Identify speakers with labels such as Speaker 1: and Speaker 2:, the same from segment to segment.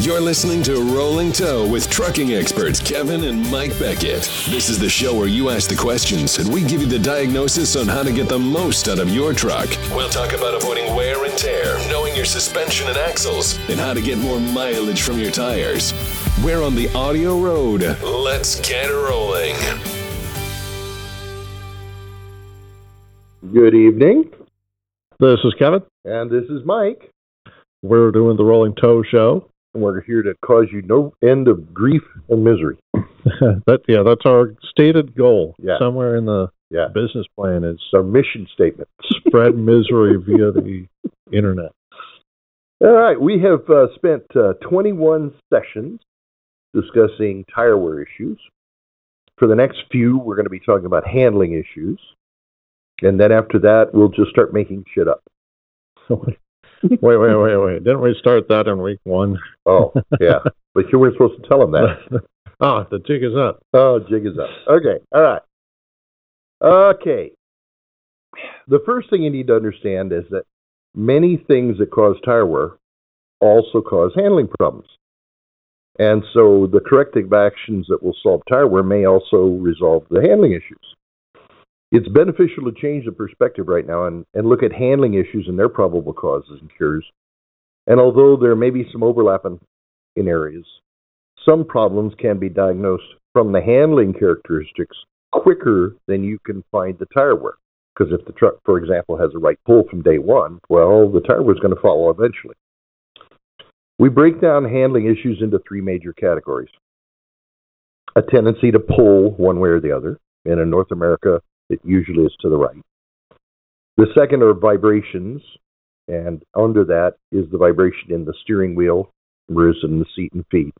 Speaker 1: You're listening to Rolling Toe with trucking experts Kevin and Mike Beckett. This is the show where you ask the questions and we give you the diagnosis on how to get the most out of your truck. We'll talk about avoiding wear and tear, knowing your suspension and axles, and how to get more mileage from your tires. We're on the audio road. Let's get rolling.
Speaker 2: Good evening.
Speaker 3: This is Kevin.
Speaker 2: And this is Mike.
Speaker 3: We're doing the Rolling Toe Show.
Speaker 2: And we're here to cause you no end of grief and misery.
Speaker 3: that yeah, that's our stated goal.
Speaker 2: Yeah.
Speaker 3: Somewhere in the
Speaker 2: Yeah.
Speaker 3: business plan is
Speaker 2: It's our mission statement.
Speaker 3: spread misery via the internet.
Speaker 2: All right. We have uh, spent uh, 21 sessions discussing tire wear issues. For the next few, we're going to be talking about handling issues. And then after that, we'll just start making shit up.
Speaker 3: wait, wait, wait, wait. Didn't we start that in week one?
Speaker 2: Oh, yeah. but you weren't supposed to tell them that.
Speaker 3: ah, the jig is up.
Speaker 2: Oh, jig is up. Okay, all right. Okay. The first thing you need to understand is that many things that cause tire wear also cause handling problems. And so the corrective actions that will solve tire wear may also resolve the handling issues. It's beneficial to change the perspective right now and, and look at handling issues and their probable causes and cures. And although there may be some overlap in, in areas, some problems can be diagnosed from the handling characteristics quicker than you can find the tire wear. Because if the truck, for example, has a right pull from day one, well, the tire wear is going to follow eventually. We break down handling issues into three major categories a tendency to pull one way or the other, and in North America, it usually is to the right. The second are vibrations, and under that is the vibration in the steering wheel, whereas in the seat and feet.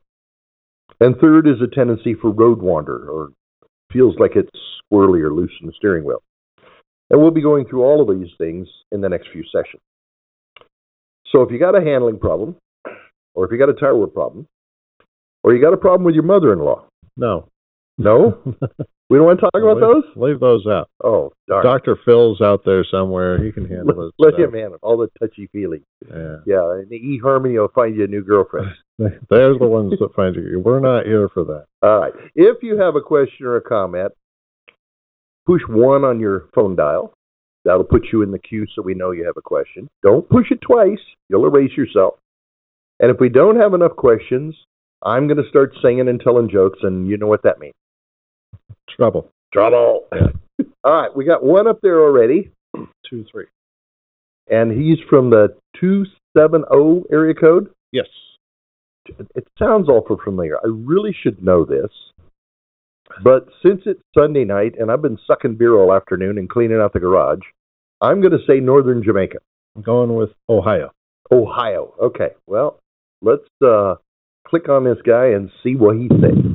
Speaker 2: And third is a tendency for road wander, or feels like it's squirrely or loose in the steering wheel. And we'll be going through all of these things in the next few sessions. So if you got a handling problem, or if you got a tire wear problem, or you got a problem with your mother-in-law,
Speaker 3: No.
Speaker 2: no, we don't want to talk about
Speaker 3: Leave-
Speaker 2: those.
Speaker 3: Leave those out.
Speaker 2: Oh, darn.
Speaker 3: Dr. Phil's out there somewhere. He can handle this.
Speaker 2: Let
Speaker 3: stuff.
Speaker 2: him handle all the touchy-feely.
Speaker 3: Yeah.
Speaker 2: Yeah, and the eHarmony will find you a new girlfriend.
Speaker 3: There's the ones that find you. We're not here for that.
Speaker 2: All right. If you have a question or a comment, push one on your phone dial. That'll put you in the queue so we know you have a question. Don't push it twice, you'll erase yourself. And if we don't have enough questions, I'm going to start singing and telling jokes, and you know what that means.
Speaker 3: Trouble.
Speaker 2: Trouble. All right, we got one up there already,
Speaker 3: Two, three.
Speaker 2: and he's from the 270 area code.
Speaker 3: Yes.
Speaker 2: it- it sounds awful familiar. I really should know this. But since it's Sunday night and I've been sucking beer all afternoon and cleaning out the garage, I'm going to say northern Jamaica,
Speaker 3: I'm going with Ohio.
Speaker 2: Ohio. Okay. Well, let's uh, click on this guy and see what he thinks.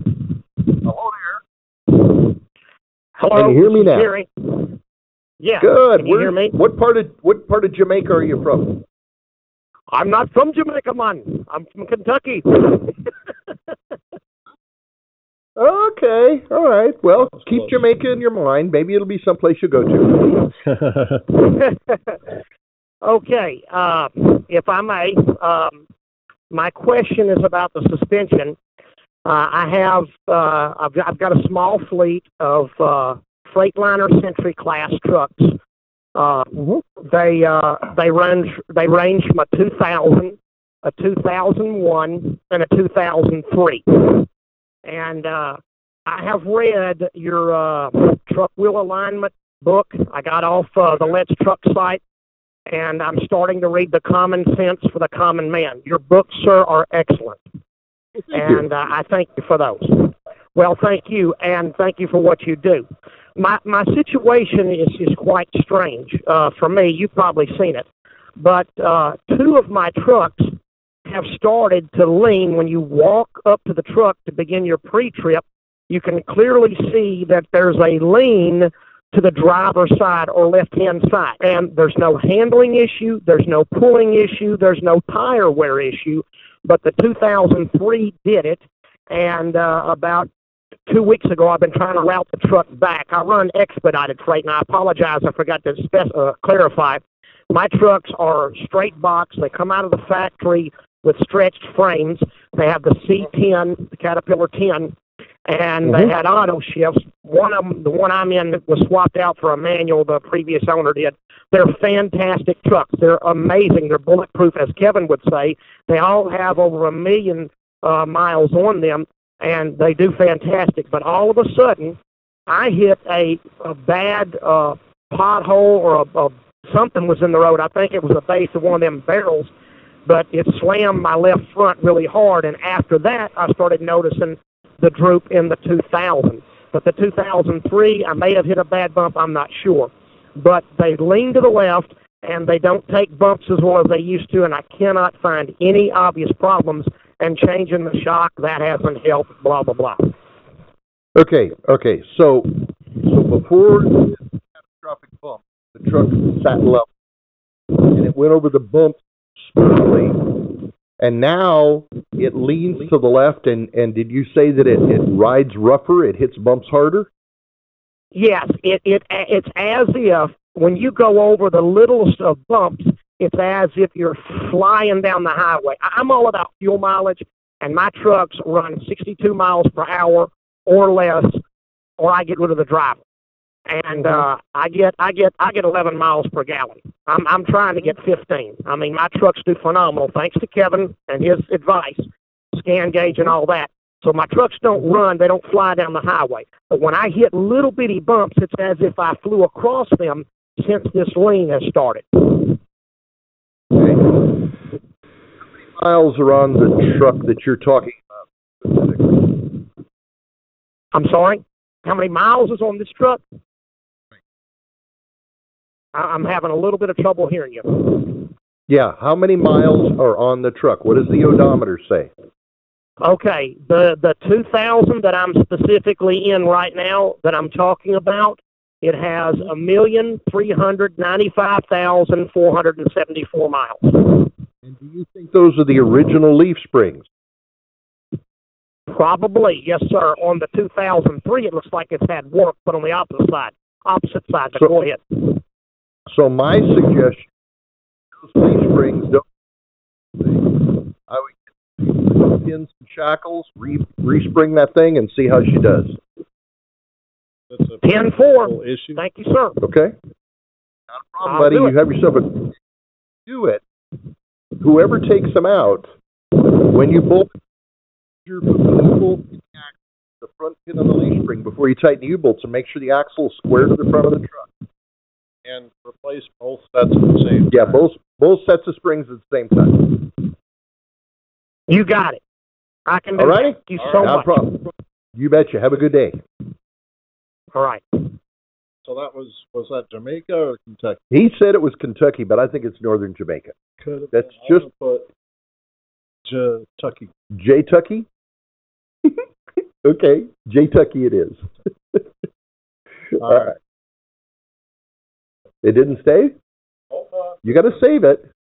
Speaker 4: Hello.
Speaker 2: Can you hear
Speaker 4: this
Speaker 2: me
Speaker 4: is
Speaker 2: now?
Speaker 4: Jerry. Yeah.
Speaker 2: Good.
Speaker 4: Can you
Speaker 2: Where-
Speaker 4: hear me?
Speaker 2: What part of what part of Jamaica are you from?
Speaker 4: I'm not from Jamaica, man. I'm from Kentucky.
Speaker 2: Okay. All right. Well,
Speaker 3: That's
Speaker 2: keep
Speaker 3: close.
Speaker 2: Jamaica in your mind. Maybe it'll be someplace you go to.
Speaker 4: okay. Uh, if I may, um, my question is about the suspension. Uh, I have uh, I've, got, I've got a small fleet of uh, Freightliner Century class trucks. Uh, They uh, they range they range from a 2000, a 2001, and a 2003. And uh, I have read your uh, truck wheel alignment book. I got off uh, the Let's Truck site, and I'm starting to read the Common Sense for the Common Man. Your books, sir, are excellent,
Speaker 2: you.
Speaker 4: and uh, I thank you for those. Well, thank you, and thank you for what you do. My my situation is is quite strange uh, for me. You've probably seen it, but uh, two of my trucks have started to lean when you walk up to the truck to begin your pre-trip you can clearly see that there's a lean to the driver's side or left hand side. And there's no handling issue, there's no pulling issue, there's no tire wear issue. But the 2003 did it. And uh, about two weeks ago, I've been trying to route the truck back. I run expedited freight, and I apologize, I forgot to spec- uh, clarify. My trucks are straight box, they come out of the factory. with stretched frames. They have the C10, the Caterpillar 10, and
Speaker 3: Mhm.
Speaker 4: they had auto shifts. One of them, the one I'm in, was swapped out for a manual. The previous owner did. They're fantastic trucks. They're amazing. They're bulletproof, as Kevin would say. They all have over a million uh, miles on them, and they do fantastic. But all of a sudden, I hit a, a bad uh, pothole or a, a something was in the road. I think it was the base of one of them barrels, but it slammed my left front really hard. And after that, I started noticing the droop in the 2000. But the 2003, I may have hit a bad bump. I'm not sure. But they lean to the left, and they don't take bumps as well as they used to. And I cannot find any obvious problems. And changing the shock that hasn't helped. Blah blah blah.
Speaker 2: Okay, okay. So, so before the catastrophic bump, the truck sat level, and it went over the bump smoothly. And now it leans to the left, and, and did you say that it, it rides rougher? It hits bumps harder?
Speaker 4: Yes, it, it it's as if when you go over the littlest of bumps, it's as if you're flying down the highway. I- I'm all about fuel mileage, and my trucks run 62 miles per hour or less, or I get rid of the driver. And uh, I get I get I get 11 miles per gallon. I'm I'm trying to get 15. I mean, my trucks do phenomenal thanks to Kevin and his advice, scan gauge and all that. So my trucks don't run, they don't fly down the highway. But when I hit little bitty bumps, it's as if I flew across them since this lean has started.
Speaker 2: Miles are on the truck that you're talking
Speaker 4: I'm sorry? How many miles is on this truck? I- I'm having a little bit of trouble hearing you.
Speaker 2: Yeah, how many miles are on the truck? What does the odometer say?
Speaker 4: Okay, the, the 2000 that I'm specifically in right now, that I'm talking about, it has a million three hundred ninety-five thousand four hundred and seventy-four miles.
Speaker 2: And do you think those are the original leaf springs?
Speaker 4: Probably, yes, sir. On the 2003, it looks like it's had work, but on the opposite side, opposite side. But
Speaker 2: So-
Speaker 4: go ahead.
Speaker 2: So my suggestion, those leaf springs don't. I would get pins and shackles, re respring that thing, and see how she does.
Speaker 3: That's a
Speaker 4: Ten four.
Speaker 3: practical issue.
Speaker 4: Thank you, sir.
Speaker 2: Okay. Not a problem,
Speaker 4: I'll
Speaker 2: buddy.
Speaker 4: do
Speaker 2: You
Speaker 4: it.
Speaker 2: have yourself a do it. Whoever takes them out, when you bolt your bolt the axle, the front pin on the leaf spring before you tighten the U bolts, and make sure the axle is square to the front of the truck.
Speaker 3: And replace both sets at the same.
Speaker 2: Yeah,
Speaker 3: time.
Speaker 2: both both sets of springs at the same time.
Speaker 4: You got it. I can do
Speaker 2: All righty.
Speaker 4: that. Thank you
Speaker 3: All
Speaker 4: so
Speaker 3: right.
Speaker 2: Not a
Speaker 4: much.
Speaker 2: problem. You betcha. Have a good day.
Speaker 4: All right.
Speaker 3: So that was, was that Jamaica or Kentucky?
Speaker 2: He said it was Kentucky, but I think it's northern Jamaica.
Speaker 3: Could have
Speaker 2: That's
Speaker 3: been. I'm
Speaker 2: just-
Speaker 3: gonna put Kentucky.
Speaker 2: J Tucky? okay. J Tucky it is. All right. It didn't save?
Speaker 3: Hold on.
Speaker 2: You got to save it.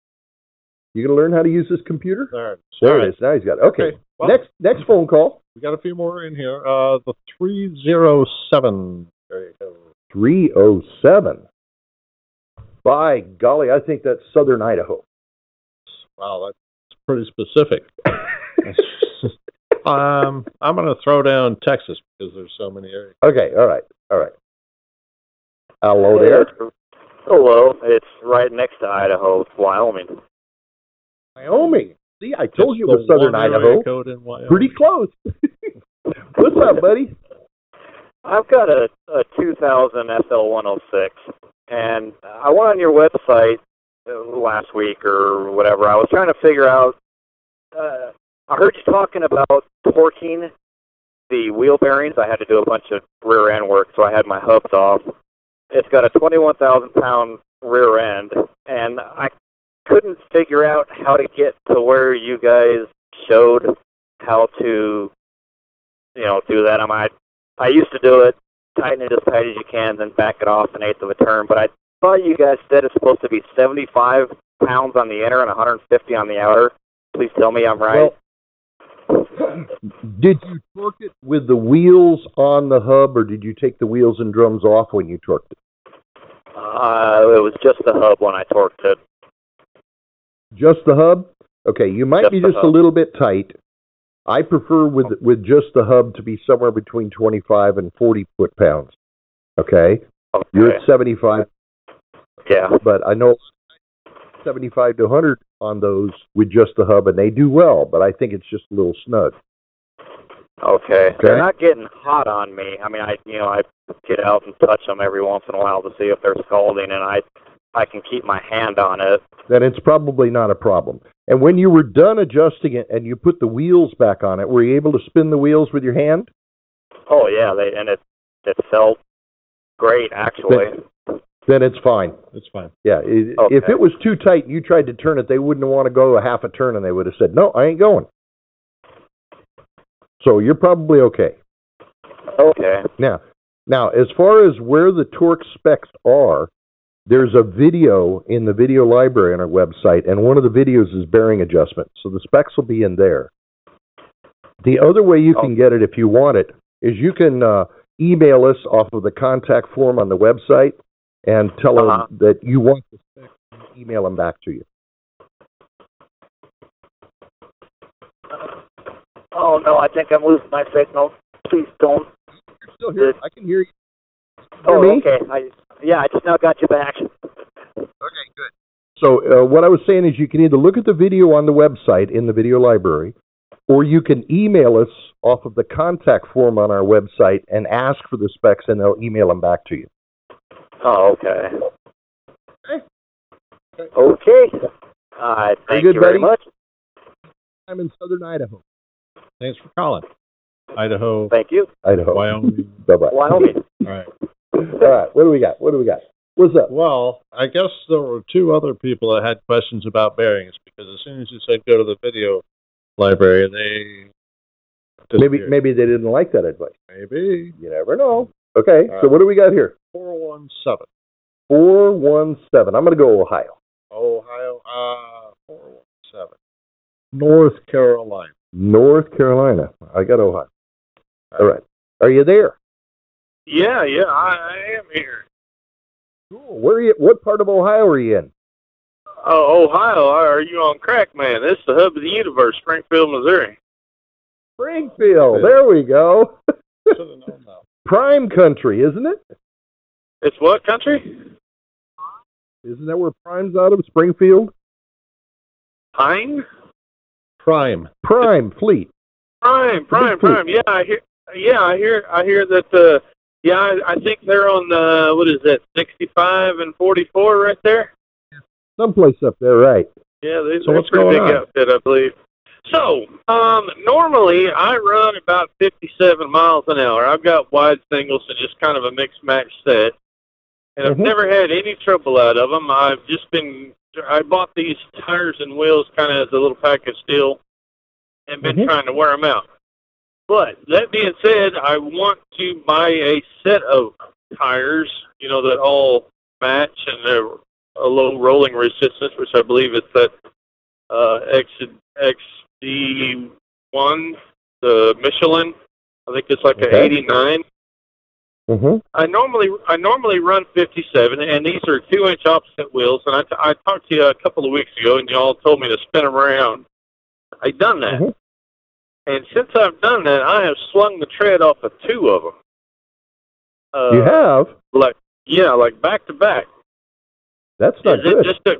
Speaker 2: You going to learn how to use this computer?
Speaker 3: There. it is.
Speaker 2: There
Speaker 3: All
Speaker 2: it
Speaker 3: right.
Speaker 2: is. Now he's got it. Okay.
Speaker 3: Okay. Well,
Speaker 2: next next phone call.
Speaker 3: we got a few more in here. Uh, the three zero seven. There you go.
Speaker 2: 307. By golly, I think that's southern Idaho.
Speaker 3: Wow, that's pretty specific. um, I'm going to throw down Texas because there's so many areas.
Speaker 2: Okay. All right. All right. Hello
Speaker 3: Oh,
Speaker 2: there.
Speaker 5: Hello. It's right next to Idaho, it's Wyoming.
Speaker 2: Wyoming. See, I told you it was
Speaker 3: It's the
Speaker 2: southern
Speaker 3: one area
Speaker 2: Idaho.
Speaker 3: Code in Wyoming.
Speaker 2: Pretty close. What's up, buddy?
Speaker 5: I've got a, a 2000 SL106, and I went on your website uh, last week or whatever. I was trying to figure out. Uh, I heard you talking about torquing the wheel bearings. I had to do a bunch of rear end work, so I had my hubs off. It's got a 21,000 pound rear end, and I couldn't figure out how to get to where you guys showed how to, you know, do that. I mean, I I used to do it, tighten it as tight as you can, then back it off an eighth of a turn. But I thought you guys said it's supposed to be 75 pounds on the inner and 150 on the outer. Please tell me I'm right.
Speaker 2: Did you torque it with the wheels on the hub, or did you take the wheels and drums off when you torqued it?
Speaker 5: uh, it was just the hub when I torqued it.
Speaker 2: Just the hub? Okay, you might
Speaker 6: Just
Speaker 2: be
Speaker 6: the
Speaker 2: just a
Speaker 6: hub. Oh.
Speaker 2: little bit tight. I prefer with with just the hub to be somewhere between 25 and 40 foot pounds. Okay,
Speaker 6: Okay.
Speaker 2: you're at 75,
Speaker 6: yeah.
Speaker 2: but I know 75 to 100 on those with just the hub, and they do well. But I think it's just a little snug.
Speaker 6: Okay.
Speaker 2: Okay.
Speaker 6: They're not getting hot on me. I mean, I you know I get out and touch them every once in a while to see if they're scalding, and I I can keep my hand on it.
Speaker 2: Then it's probably not a problem. And when you were done adjusting it and you put the wheels back on it, were you able to spin the wheels with your hand?
Speaker 6: Oh yeah, they and it it felt great actually.
Speaker 2: Then it's fine.
Speaker 3: It's fine.
Speaker 2: Yeah. It, If
Speaker 6: Okay.
Speaker 2: it was too tight and you tried to turn it, they wouldn't want to go a half a turn and they would have said, no, I ain't going. So you're probably okay.
Speaker 6: Okay.
Speaker 2: Now, now as far as where the torque specs are, there's a video in the video library on our website, and one of the videos is bearing adjustment. So the specs will be in there. The other way you
Speaker 6: Oh.
Speaker 2: can get it if you want it is you can uh, email us off of the contact form on the website and tell
Speaker 6: Uh-huh.
Speaker 2: them that you want the specs. and Email them back to you.
Speaker 6: Oh no, I think I'm losing my signal. Please don't.
Speaker 2: Still
Speaker 6: here.
Speaker 2: I can hear you.
Speaker 6: Oh
Speaker 2: me?
Speaker 6: okay. I yeah, I just now got you back.
Speaker 2: So uh, what I was saying is you can either look at the video on the website in the video library, or you can email us off of the contact form on our website and ask for the specs, and they'll email them back to you.
Speaker 6: Oh okay. Okay. I thank
Speaker 2: good,
Speaker 6: you
Speaker 2: buddy.
Speaker 6: very much.
Speaker 2: I'm in southern Idaho.
Speaker 3: Thanks for calling. Idaho,
Speaker 6: Thank you.
Speaker 2: Idaho.
Speaker 3: Wyoming.
Speaker 2: Bye-bye.
Speaker 6: Wyoming.
Speaker 3: All right.
Speaker 2: All right. What do we got? What do we got? What's up?
Speaker 3: Well, I guess there were two other people that had questions about bearings because as soon as you said go to the video library, they
Speaker 2: Maybe
Speaker 3: disappeared.
Speaker 2: maybe they didn't like that advice.
Speaker 3: maybe
Speaker 2: You never know. Okay.
Speaker 3: All
Speaker 2: So
Speaker 3: right.
Speaker 2: what do we got here?
Speaker 3: four oh one seven
Speaker 2: Four one seven. I'm going to go Ohio.
Speaker 3: Ohio uh four one seven North Carolina.
Speaker 2: North Carolina. I got Ohio. All right. Are you there?
Speaker 6: Yeah, yeah, I, I am here.
Speaker 2: Cool. Where are you? What part of Ohio are you in?
Speaker 6: Oh, Ohio, are you on crack, man? This is the hub of the universe, Springfield, Missouri.
Speaker 2: Springfield. There we go.
Speaker 3: Should have known that.
Speaker 2: Prime country, isn't it?
Speaker 6: It's what country?
Speaker 2: Isn't that where Prime's out of? Springfield?
Speaker 6: Pine?
Speaker 3: Prime.
Speaker 2: Prime Fleet.
Speaker 6: Prime, prime,
Speaker 2: Bigfoot.
Speaker 6: prime. Yeah, I hear. Yeah, I hear. I hear that. Uh, yeah, I, I think they're on the what is that, sixty-five and forty-four right there.
Speaker 2: Someplace up there, right.
Speaker 6: Yeah, these
Speaker 3: So
Speaker 6: are
Speaker 3: what's
Speaker 6: pretty
Speaker 3: going
Speaker 6: big
Speaker 3: on?
Speaker 6: outfit, I believe. So, um, normally I run about fifty-seven miles an hour. I've got wide singles and just kind of a mixed match set, and I've
Speaker 3: Mm-hmm.
Speaker 2: Mhm.
Speaker 6: never had any trouble out of them. I've just been. I bought these tires and wheels kind of as a little package deal, and been
Speaker 3: Mm-hmm.
Speaker 2: Mhm.
Speaker 6: trying to wear them out. But that being said, I want to buy a set of tires, you know, that all match and they're a low rolling resistance, which I believe is that uh, X XD one, the Michelin. I think it's like a
Speaker 2: Okay.
Speaker 6: eighty nine.
Speaker 2: Mm-hmm.
Speaker 6: I normally I normally run 57, and these are two inch opposite wheels. And I, t- I talked to you a couple of weeks ago, and you all told me to spin them around. I done that,
Speaker 2: Mhm.
Speaker 6: and since I've done that, I have slung the tread off of two of them. Uh,
Speaker 2: you have?
Speaker 6: like yeah, like back to back.
Speaker 2: That's
Speaker 6: Is
Speaker 2: not
Speaker 6: it
Speaker 2: good.
Speaker 6: just a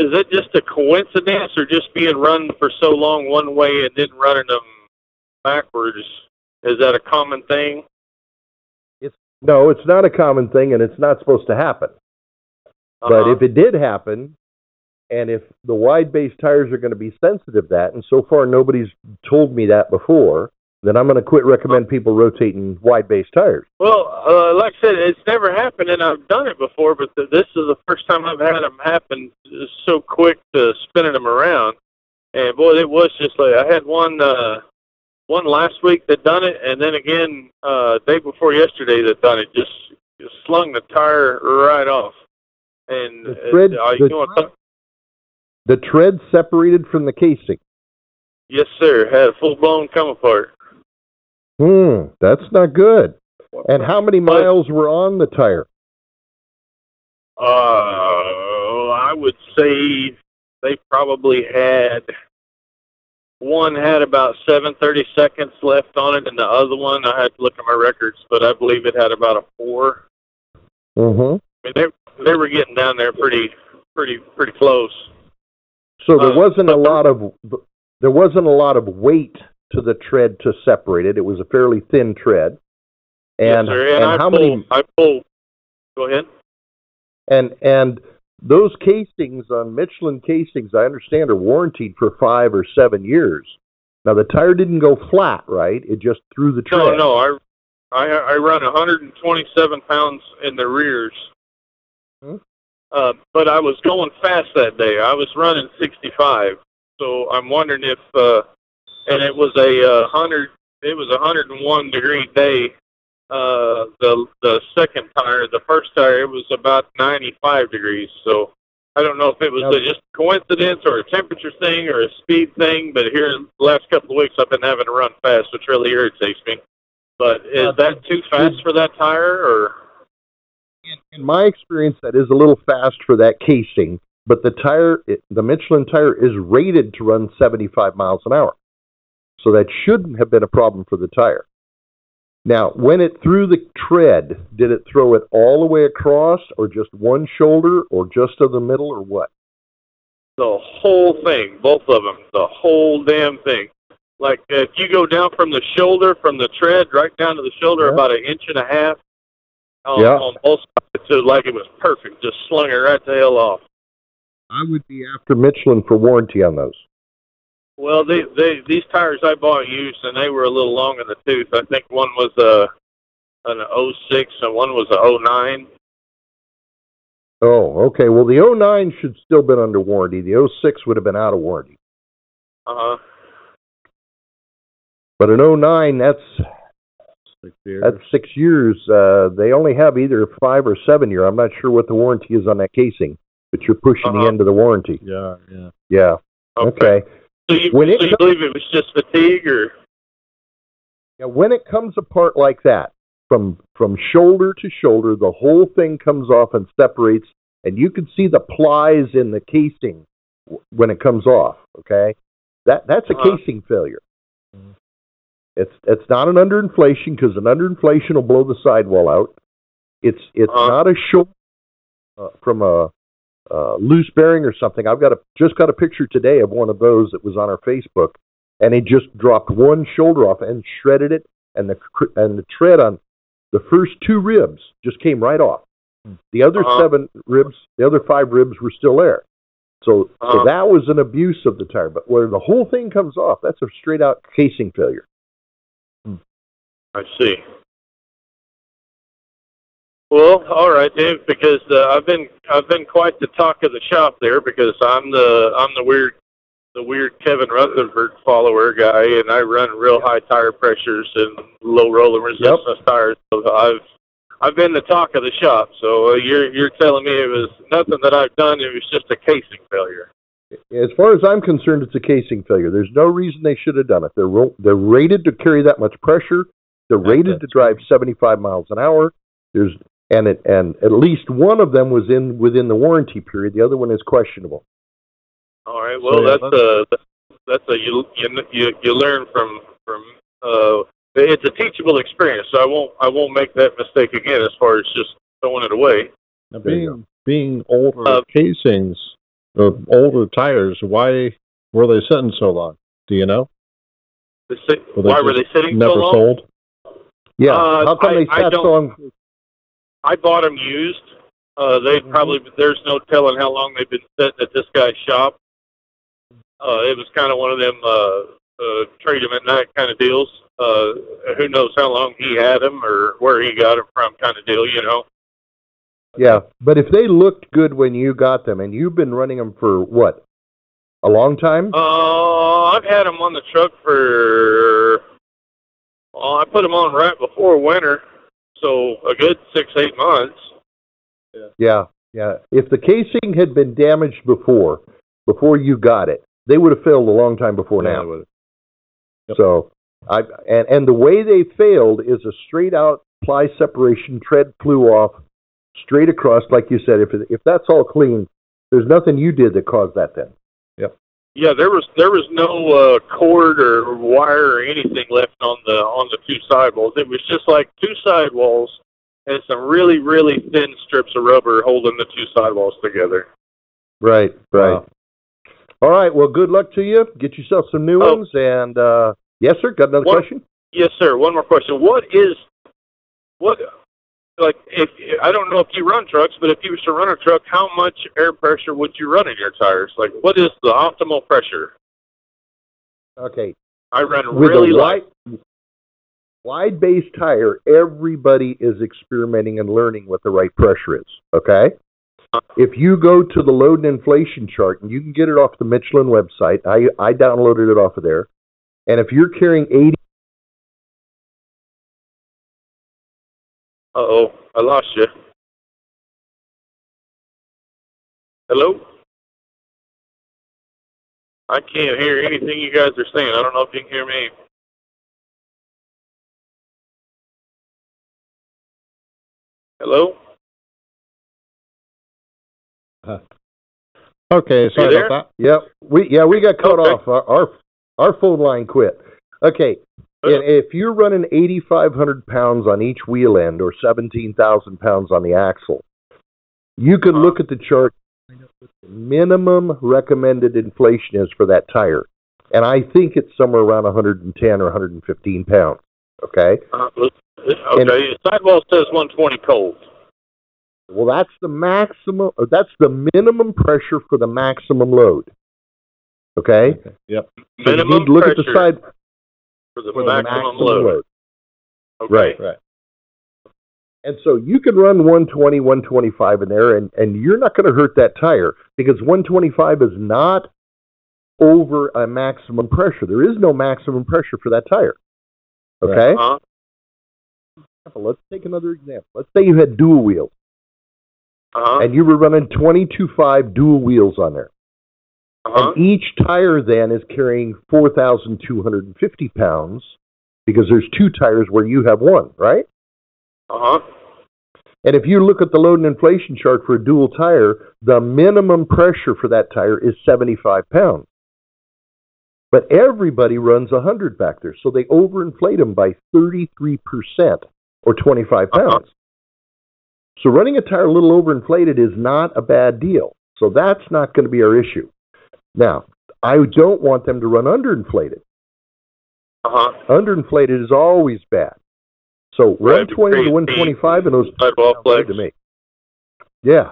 Speaker 6: is it just a coincidence, or just being run for so long one way and then running them backwards? Is that a common thing?
Speaker 2: No, it's not a common thing and it's not supposed to happen. But
Speaker 6: Uh-huh.
Speaker 2: if it did happen, and if the wide base tires are going to be sensitive to that, and so far nobody's told me that before, then I'm going to quit
Speaker 6: Uh-huh.
Speaker 2: recommend people rotating wide base tires.
Speaker 6: Well, uh, like I said, it's never happened, and I've done it before, but th- this is the first time I've had them happen so quick to spinning them around. And boy, it was just like I had one uh, one last week that done it, and then again uh, day before yesterday that done it. Just, just slung the tire right off. And
Speaker 2: The thread-
Speaker 6: uh,
Speaker 2: the
Speaker 6: you know, what I'm
Speaker 2: The tread separated from the casing.
Speaker 6: yes, sir, had a full blown come apart.
Speaker 2: Hmm, that's not good. And how many miles were on the tire?
Speaker 6: Uh, I would say they probably had One had about seven thirty seconds left on it, and the other one I had to look at my records, but I believe it had about a four.
Speaker 2: Mm-hmm.
Speaker 6: I mean, they they were getting down there pretty pretty pretty close.
Speaker 2: So there
Speaker 6: Uh,
Speaker 2: wasn't a lot of there wasn't a lot of weight to the tread to separate it. It was a fairly thin tread.
Speaker 6: yes,
Speaker 2: And,
Speaker 6: sir. and, I
Speaker 2: how
Speaker 6: pulled,
Speaker 2: many
Speaker 6: I pulled. Go ahead.
Speaker 2: and and those casings on Michelin casings, I understand, are warranted for five or seven years. Now the tire didn't go flat, right? It just through the tread.
Speaker 6: No, no, I I I run 127 pounds in the rears.
Speaker 2: Hmm.
Speaker 6: Uh, but I was going fast that day. I was running 65. So I'm wondering if uh and it was a uh, 100 it was a 101 degree day. Uh the the second tire, the first tire it was about 95 degrees. So I don't know if it was
Speaker 2: Now-
Speaker 6: a just coincidence or a temperature thing or a speed thing, but here in the last couple of weeks I've been having to run fast, which really irritates me. But is
Speaker 2: Uh,
Speaker 6: that too fast for that tire, or
Speaker 2: in my experience, that is a little fast for that casing. But the tire, it, the Michelin tire, is rated to run 75 miles an hour, so that shouldn't have been a problem for the tire. Now, when it threw the tread, did it throw it all the way across, or just one shoulder, or just of the middle, or what?
Speaker 6: the whole thing, both of them, the whole damn thing? Like uh, if you go down from the shoulder, from the tread, right down to the shoulder,
Speaker 2: Yeah.
Speaker 6: about an inch and a half on,
Speaker 2: Yeah.
Speaker 6: on both sides, so like it was perfect, just slung it right the hell off.
Speaker 2: I would be after Michelin for warranty on those.
Speaker 6: Well, they, they these tires I bought used, and they were a little long in the tooth. I think one was a an '06 and one was a '09.
Speaker 2: Oh, okay. Well, the 09 should still been under warranty. The 06 would have been out of warranty.
Speaker 6: Uh huh.
Speaker 2: But an 09, that's
Speaker 3: Six years.
Speaker 2: That's six years. Uh, they only have either five or seven year. I'm not sure what the warranty is on that casing, but you're pushing
Speaker 6: Uh-huh.
Speaker 2: the end of the warranty.
Speaker 3: yeah, yeah.
Speaker 2: Yeah. Okay.
Speaker 6: So you,
Speaker 2: When it
Speaker 6: so you believe it was just fatigue, or
Speaker 2: Now, when it comes apart like that, from from shoulder to shoulder, the whole thing comes off and separates, and you can see the plies in the casing w- when it comes off. Okay, that that's a
Speaker 6: Uh-huh.
Speaker 2: casing failure. It's it's not an underinflation because an underinflation will blow the sidewall out. It's it's
Speaker 6: Uh-huh.
Speaker 2: not a short uh, from a uh, loose bearing or something. I've got a just got a picture today of one of those that was on our Facebook, and he just dropped one shoulder off and shredded it, and the cr- and the tread on the first two ribs just came right off. The other
Speaker 6: Uh-huh.
Speaker 2: seven ribs, the other five ribs were still there. So, so
Speaker 6: Uh-huh.
Speaker 2: that was an abuse of the tire. But where the whole thing comes off, that's a straight out casing failure.
Speaker 6: I see. Well, all right, Dave, because uh, I've been I've been quite the talk of the shop there because I'm the I'm the weird the weird Kevin Rutherford follower guy, and I run real high tire pressures and low rolling resistance tires. So I've I've been the talk of the shop. So uh, you're you're telling me it was nothing that I've done; it was just a casing failure.
Speaker 2: As far as I'm concerned, it's a casing failure. There's no reason they should have done it. They're ro- they're rated to carry that much pressure. They're rated to drive 75 miles an hour. There's and it and at least one of them was in within the warranty period. The other one is questionable.
Speaker 6: All right. Well,
Speaker 3: yeah,
Speaker 6: that's a that's a you you you, you learn from from uh, it's a teachable experience. So I won't I won't make that mistake again as far as just throwing it away.
Speaker 3: Now,
Speaker 2: There you
Speaker 3: being being older
Speaker 6: Uh,
Speaker 3: casings or older tires, why were they sitting so long? Do you know?
Speaker 6: They sit,
Speaker 3: Well, they
Speaker 6: why were they
Speaker 3: just
Speaker 6: sitting
Speaker 3: Never
Speaker 6: so long?
Speaker 3: sold.
Speaker 2: Yeah,
Speaker 6: Uh,
Speaker 2: how come
Speaker 6: I-
Speaker 2: they
Speaker 6: I
Speaker 2: sat so
Speaker 6: don't-
Speaker 2: long?
Speaker 6: I bought them used. Uh, they probably there's no telling how long they've been sitting at this guy's shop. Uh, it was kind of one of them uh, uh, trade 'em at night kind of deals. Uh, who knows how long he had 'em or where he got 'em from kind of deal, you know.
Speaker 2: Yeah, but if they looked good when you got them, and you've been running them for what, a long time?
Speaker 6: Uh, I've had them on the truck for. Uh, I put them on right before winter, so a good six eight months.
Speaker 2: yeah, yeah. If the casing had been damaged before, before you got it, they would have failed a long time before
Speaker 3: Yeah,
Speaker 2: now.
Speaker 3: they would've. Yep.
Speaker 2: So, I and and the way they failed is a straight out ply separation. Tread flew off straight across, like you said. If it- if that's all clean, there's nothing you did that caused that. Then
Speaker 6: Yeah, there was there was no uh, cord or wire or anything left on the on the two sidewalls. It was just like two sidewalls and some really really thin strips of rubber holding the two sidewalls together.
Speaker 2: Right, right.
Speaker 3: Wow.
Speaker 2: Uh, All right. Well, good luck to you. Get yourself some new
Speaker 6: Oh.
Speaker 2: ones. And uh, yes, sir. Got another
Speaker 6: What-
Speaker 2: question?
Speaker 6: Yes, sir. One more question. What is what like if I don't know if you run trucks, but if you was to run a truck, how much air pressure would you run in your tires? Like what is the optimal pressure?
Speaker 2: Okay.
Speaker 6: I run
Speaker 2: With
Speaker 6: really
Speaker 2: a
Speaker 6: light.
Speaker 2: wide, wide base tire, everybody is experimenting and learning what the right pressure is. Okay. If you go to the load and inflation chart, and you can get it off the Michelin website, I, I downloaded it off of there. And if you're carrying 80,
Speaker 6: Uh oh, I lost you. Hello? I can't hear anything you guys are saying. I don't know if you can hear me. Hello?
Speaker 3: Uh-huh. Okay, sorry
Speaker 6: there?
Speaker 3: about
Speaker 2: yeah, we yeah we got cut
Speaker 6: Okay.
Speaker 2: off. Our, our our phone line quit. Okay,
Speaker 6: Uh-huh.
Speaker 2: And if you're running 8,500 pounds on each wheel end or 17,000 pounds on the axle, you
Speaker 6: Uh-huh.
Speaker 2: can look at the chart. Minimum recommended inflation is for that tire, and I think it's somewhere around 110 or 115 pounds. Okay,
Speaker 6: Uh, okay, the sidewall says 120 cold.
Speaker 2: well that's the maximum. Or that's the minimum pressure for the maximum load. Okay,
Speaker 3: that. Yep.
Speaker 2: So you need
Speaker 6: Minimum
Speaker 2: to look at
Speaker 6: pressure
Speaker 2: the side
Speaker 6: for the
Speaker 2: for the
Speaker 6: maximum, load. Okay.
Speaker 2: Right. And so you can run 120, 125 in there, and, and you're not going to hurt that tire because 125 is not over a maximum pressure. There is no maximum pressure for that tire. Okay?
Speaker 6: Uh-huh.
Speaker 2: Let's take another example. Let's say you had dual wheels
Speaker 6: Uh-huh.
Speaker 2: and you were running 22.5 dual wheels on there.
Speaker 6: Uh-huh.
Speaker 2: And each tire then is carrying 4,250 pounds because there's two tires where you have one, right?
Speaker 6: Uh-huh.
Speaker 2: And if you look at the load and inflation chart for a dual tire, the minimum pressure for that tire is 75 pounds. But everybody runs 100 back there, so they overinflate them by 33% or 25 pounds.
Speaker 6: Uh-huh.
Speaker 2: So running a tire a little overinflated is not a bad deal. So that's not going to be our issue. Now, I don't want them to run underinflated.
Speaker 6: Uh-huh.
Speaker 2: Underinflated is always bad. So
Speaker 6: Right,
Speaker 2: 120 to 125 and those
Speaker 6: Sidewall
Speaker 2: sounds
Speaker 6: flex.
Speaker 2: good to me. Yeah,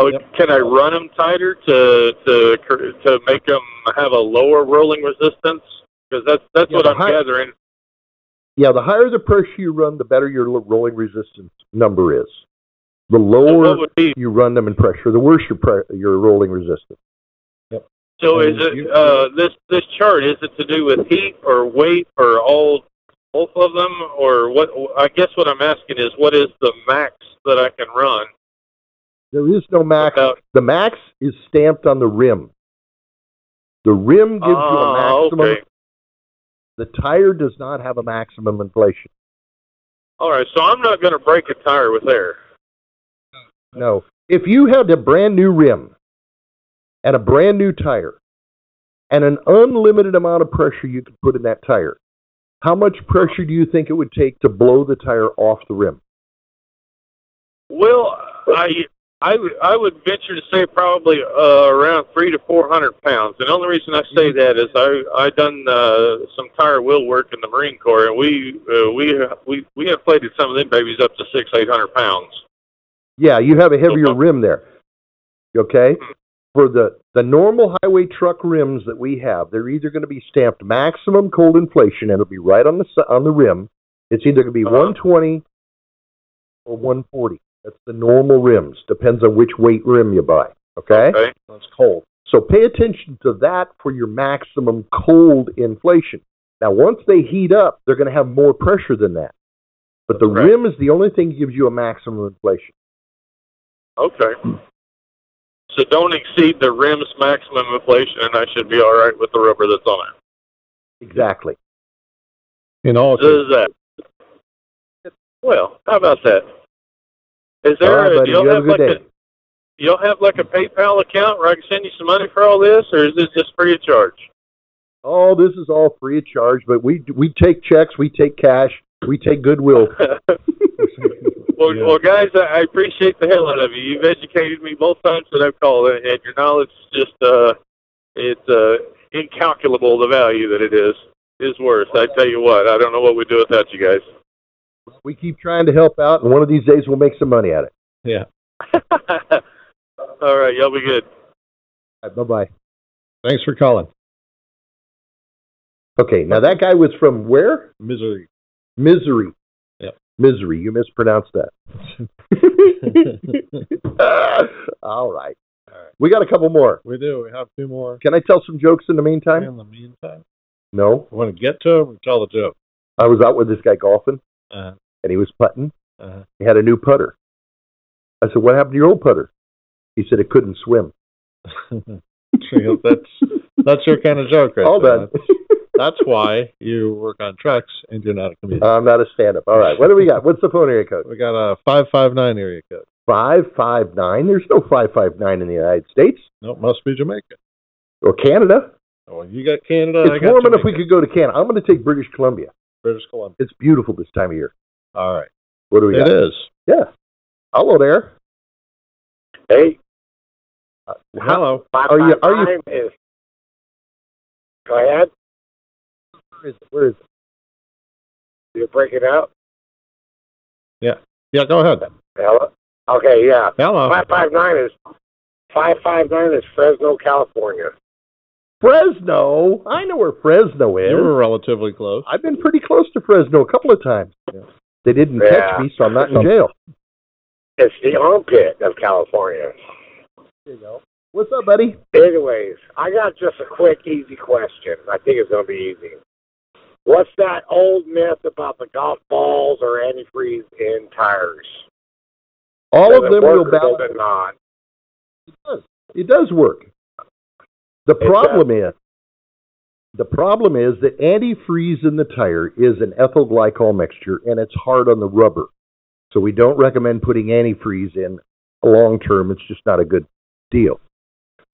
Speaker 6: Oh, Can I run them tighter to to cr- to make them have a lower rolling resistance? Because that's that's
Speaker 2: Yeah,
Speaker 6: what
Speaker 2: the
Speaker 6: I'm
Speaker 2: high-
Speaker 6: gathering.
Speaker 2: yeah. The higher the pressure you run, the better your lo- rolling resistance number is. The
Speaker 6: So
Speaker 2: lower
Speaker 6: what would be?
Speaker 2: you run them in pressure, the worse your pre- your rolling resistance.
Speaker 6: So is it uh, this this chart? Is it to do with heat or weight or all both of them or what? I guess what I'm asking is what is the max that I can run?
Speaker 2: There is no max.
Speaker 6: without-
Speaker 2: The max is stamped on the rim. The rim gives you a
Speaker 6: Ah,
Speaker 2: maximum.
Speaker 6: okay.
Speaker 2: The tire does not have a maximum inflation.
Speaker 6: All right. So I'm not going to break a tire with air.
Speaker 2: No. If you had a brand new rim and a brand new tire and an unlimited amount of pressure you could put in that tire, how much pressure do you think it would take to blow the tire off the rim?
Speaker 6: Well, I I would I would venture to say probably uh, around three to four hundred pounds. And the only reason I say that is I I done uh, some tire wheel work in the Marine Corps, and we uh, we we we inflated some of them babies up to six eight hundred pounds.
Speaker 2: Yeah, you have a heavier
Speaker 6: Okay. Mm-hmm.
Speaker 2: rim there. Okay? For the, the normal highway truck rims that we have, they're either going to be stamped maximum cold inflation, and it'll be right on the, s- on the rim. It's either going to be
Speaker 6: Uh-huh.
Speaker 2: 120 or 140. That's the normal rims. Depends on which weight rim you buy. Okay?
Speaker 6: Okay.
Speaker 2: That's cold. So pay attention to that for your maximum cold inflation. Now, once they heat up, they're going to have more pressure than that. But the
Speaker 6: Right.
Speaker 2: rim is the only thing that gives you a maximum inflation.
Speaker 6: Okay. So don't exceed the rim's maximum inflation, and I should be all right with the rubber that's on it.
Speaker 2: Exactly.
Speaker 3: In all
Speaker 6: This
Speaker 3: cases.
Speaker 6: is that. Well, how about that? Is
Speaker 2: All
Speaker 6: there?
Speaker 2: right,
Speaker 6: a,
Speaker 2: buddy.
Speaker 6: do y'all
Speaker 2: You have
Speaker 6: have
Speaker 2: a good
Speaker 6: like
Speaker 2: day.
Speaker 6: You'll have like a PayPal account where I can send you some money for all this, or is this just free of charge?
Speaker 2: Oh, this is all free of charge, but we we take checks, we take cash, we take goodwill.
Speaker 6: Well, well, guys, I I appreciate the hell out of you. You've educated me both times that I've called, and and your knowledge is just uh, it's uh, incalculable the value that it is is worth. I tell you what, I don't know what we'd do without you guys.
Speaker 2: we keep trying to help out, and one of these days we'll make some money at it.
Speaker 6: All right, y'all be good.
Speaker 2: bye bye.
Speaker 3: Thanks for calling.
Speaker 2: Okay, now that guy was from where?
Speaker 3: Misery.
Speaker 2: Misery.
Speaker 3: Yep.
Speaker 2: Misery. You mispronounced that. all right. We got a couple more.
Speaker 3: we do. We have two more.
Speaker 2: Can I tell some jokes in the meantime?
Speaker 3: In the meantime,
Speaker 2: No.
Speaker 3: want to get to them or tell the joke?
Speaker 2: I was out with this guy golfing,
Speaker 3: Uh,
Speaker 2: and he was putting.
Speaker 3: uh,
Speaker 2: He had a new putter. I said, "What happened to your old putter?" He said, "It couldn't swim."
Speaker 3: so that's that's your kind of joke, right?
Speaker 2: all
Speaker 3: there.
Speaker 2: done.
Speaker 3: That's why you work on trucks and you're not a comedian.
Speaker 2: I'm not a stand-up. All right. What do we got? What's the phone area code?
Speaker 3: we got a five five nine area code.
Speaker 2: Five five nine. There's no five five nine in the United States
Speaker 3: Nope, must be Jamaica.
Speaker 2: or Canada.
Speaker 3: Well, Oh, you got Canada. I
Speaker 2: It's
Speaker 3: got
Speaker 2: warm enough we
Speaker 3: Jamaica.
Speaker 2: could go to Canada. I'm going to take British Columbia.
Speaker 3: British Columbia.
Speaker 2: It's beautiful this time of year.
Speaker 3: All right,
Speaker 2: What do we
Speaker 3: it
Speaker 2: got?
Speaker 3: is.
Speaker 2: Yeah. Hello there. Uh,
Speaker 7: Hey,
Speaker 3: Hello.
Speaker 7: my,
Speaker 2: Are you-
Speaker 7: my
Speaker 2: are you-
Speaker 7: time is. Go ahead.
Speaker 2: Where is it? Where is it?
Speaker 7: You're breaking up.
Speaker 3: Yeah, go ahead.
Speaker 7: Hello. Okay, yeah.
Speaker 3: Hello.
Speaker 7: Five five nine is five five nine is Fresno, California.
Speaker 2: Fresno. I know where Fresno is.
Speaker 3: You were relatively close.
Speaker 2: I've been pretty close to Fresno a couple of times. They didn't
Speaker 7: Yeah.
Speaker 2: catch me, so I'm not in jail.
Speaker 7: It's the armpit of California.
Speaker 2: There you go. What's up, buddy?
Speaker 7: Anyways, I got just a quick, easy question. I think it's going to be easy. What's that old myth about the golf balls or antifreeze in tires?
Speaker 2: All
Speaker 7: Does
Speaker 2: of
Speaker 7: it
Speaker 2: them
Speaker 7: work
Speaker 2: will
Speaker 7: or
Speaker 2: balance.
Speaker 7: does it not?
Speaker 2: It does work. The
Speaker 7: does.
Speaker 2: problem is the problem is that antifreeze in the tire is an ethyl glycol mixture and it's hard on the rubber. So we don't recommend putting antifreeze in long term. It's just not a good deal.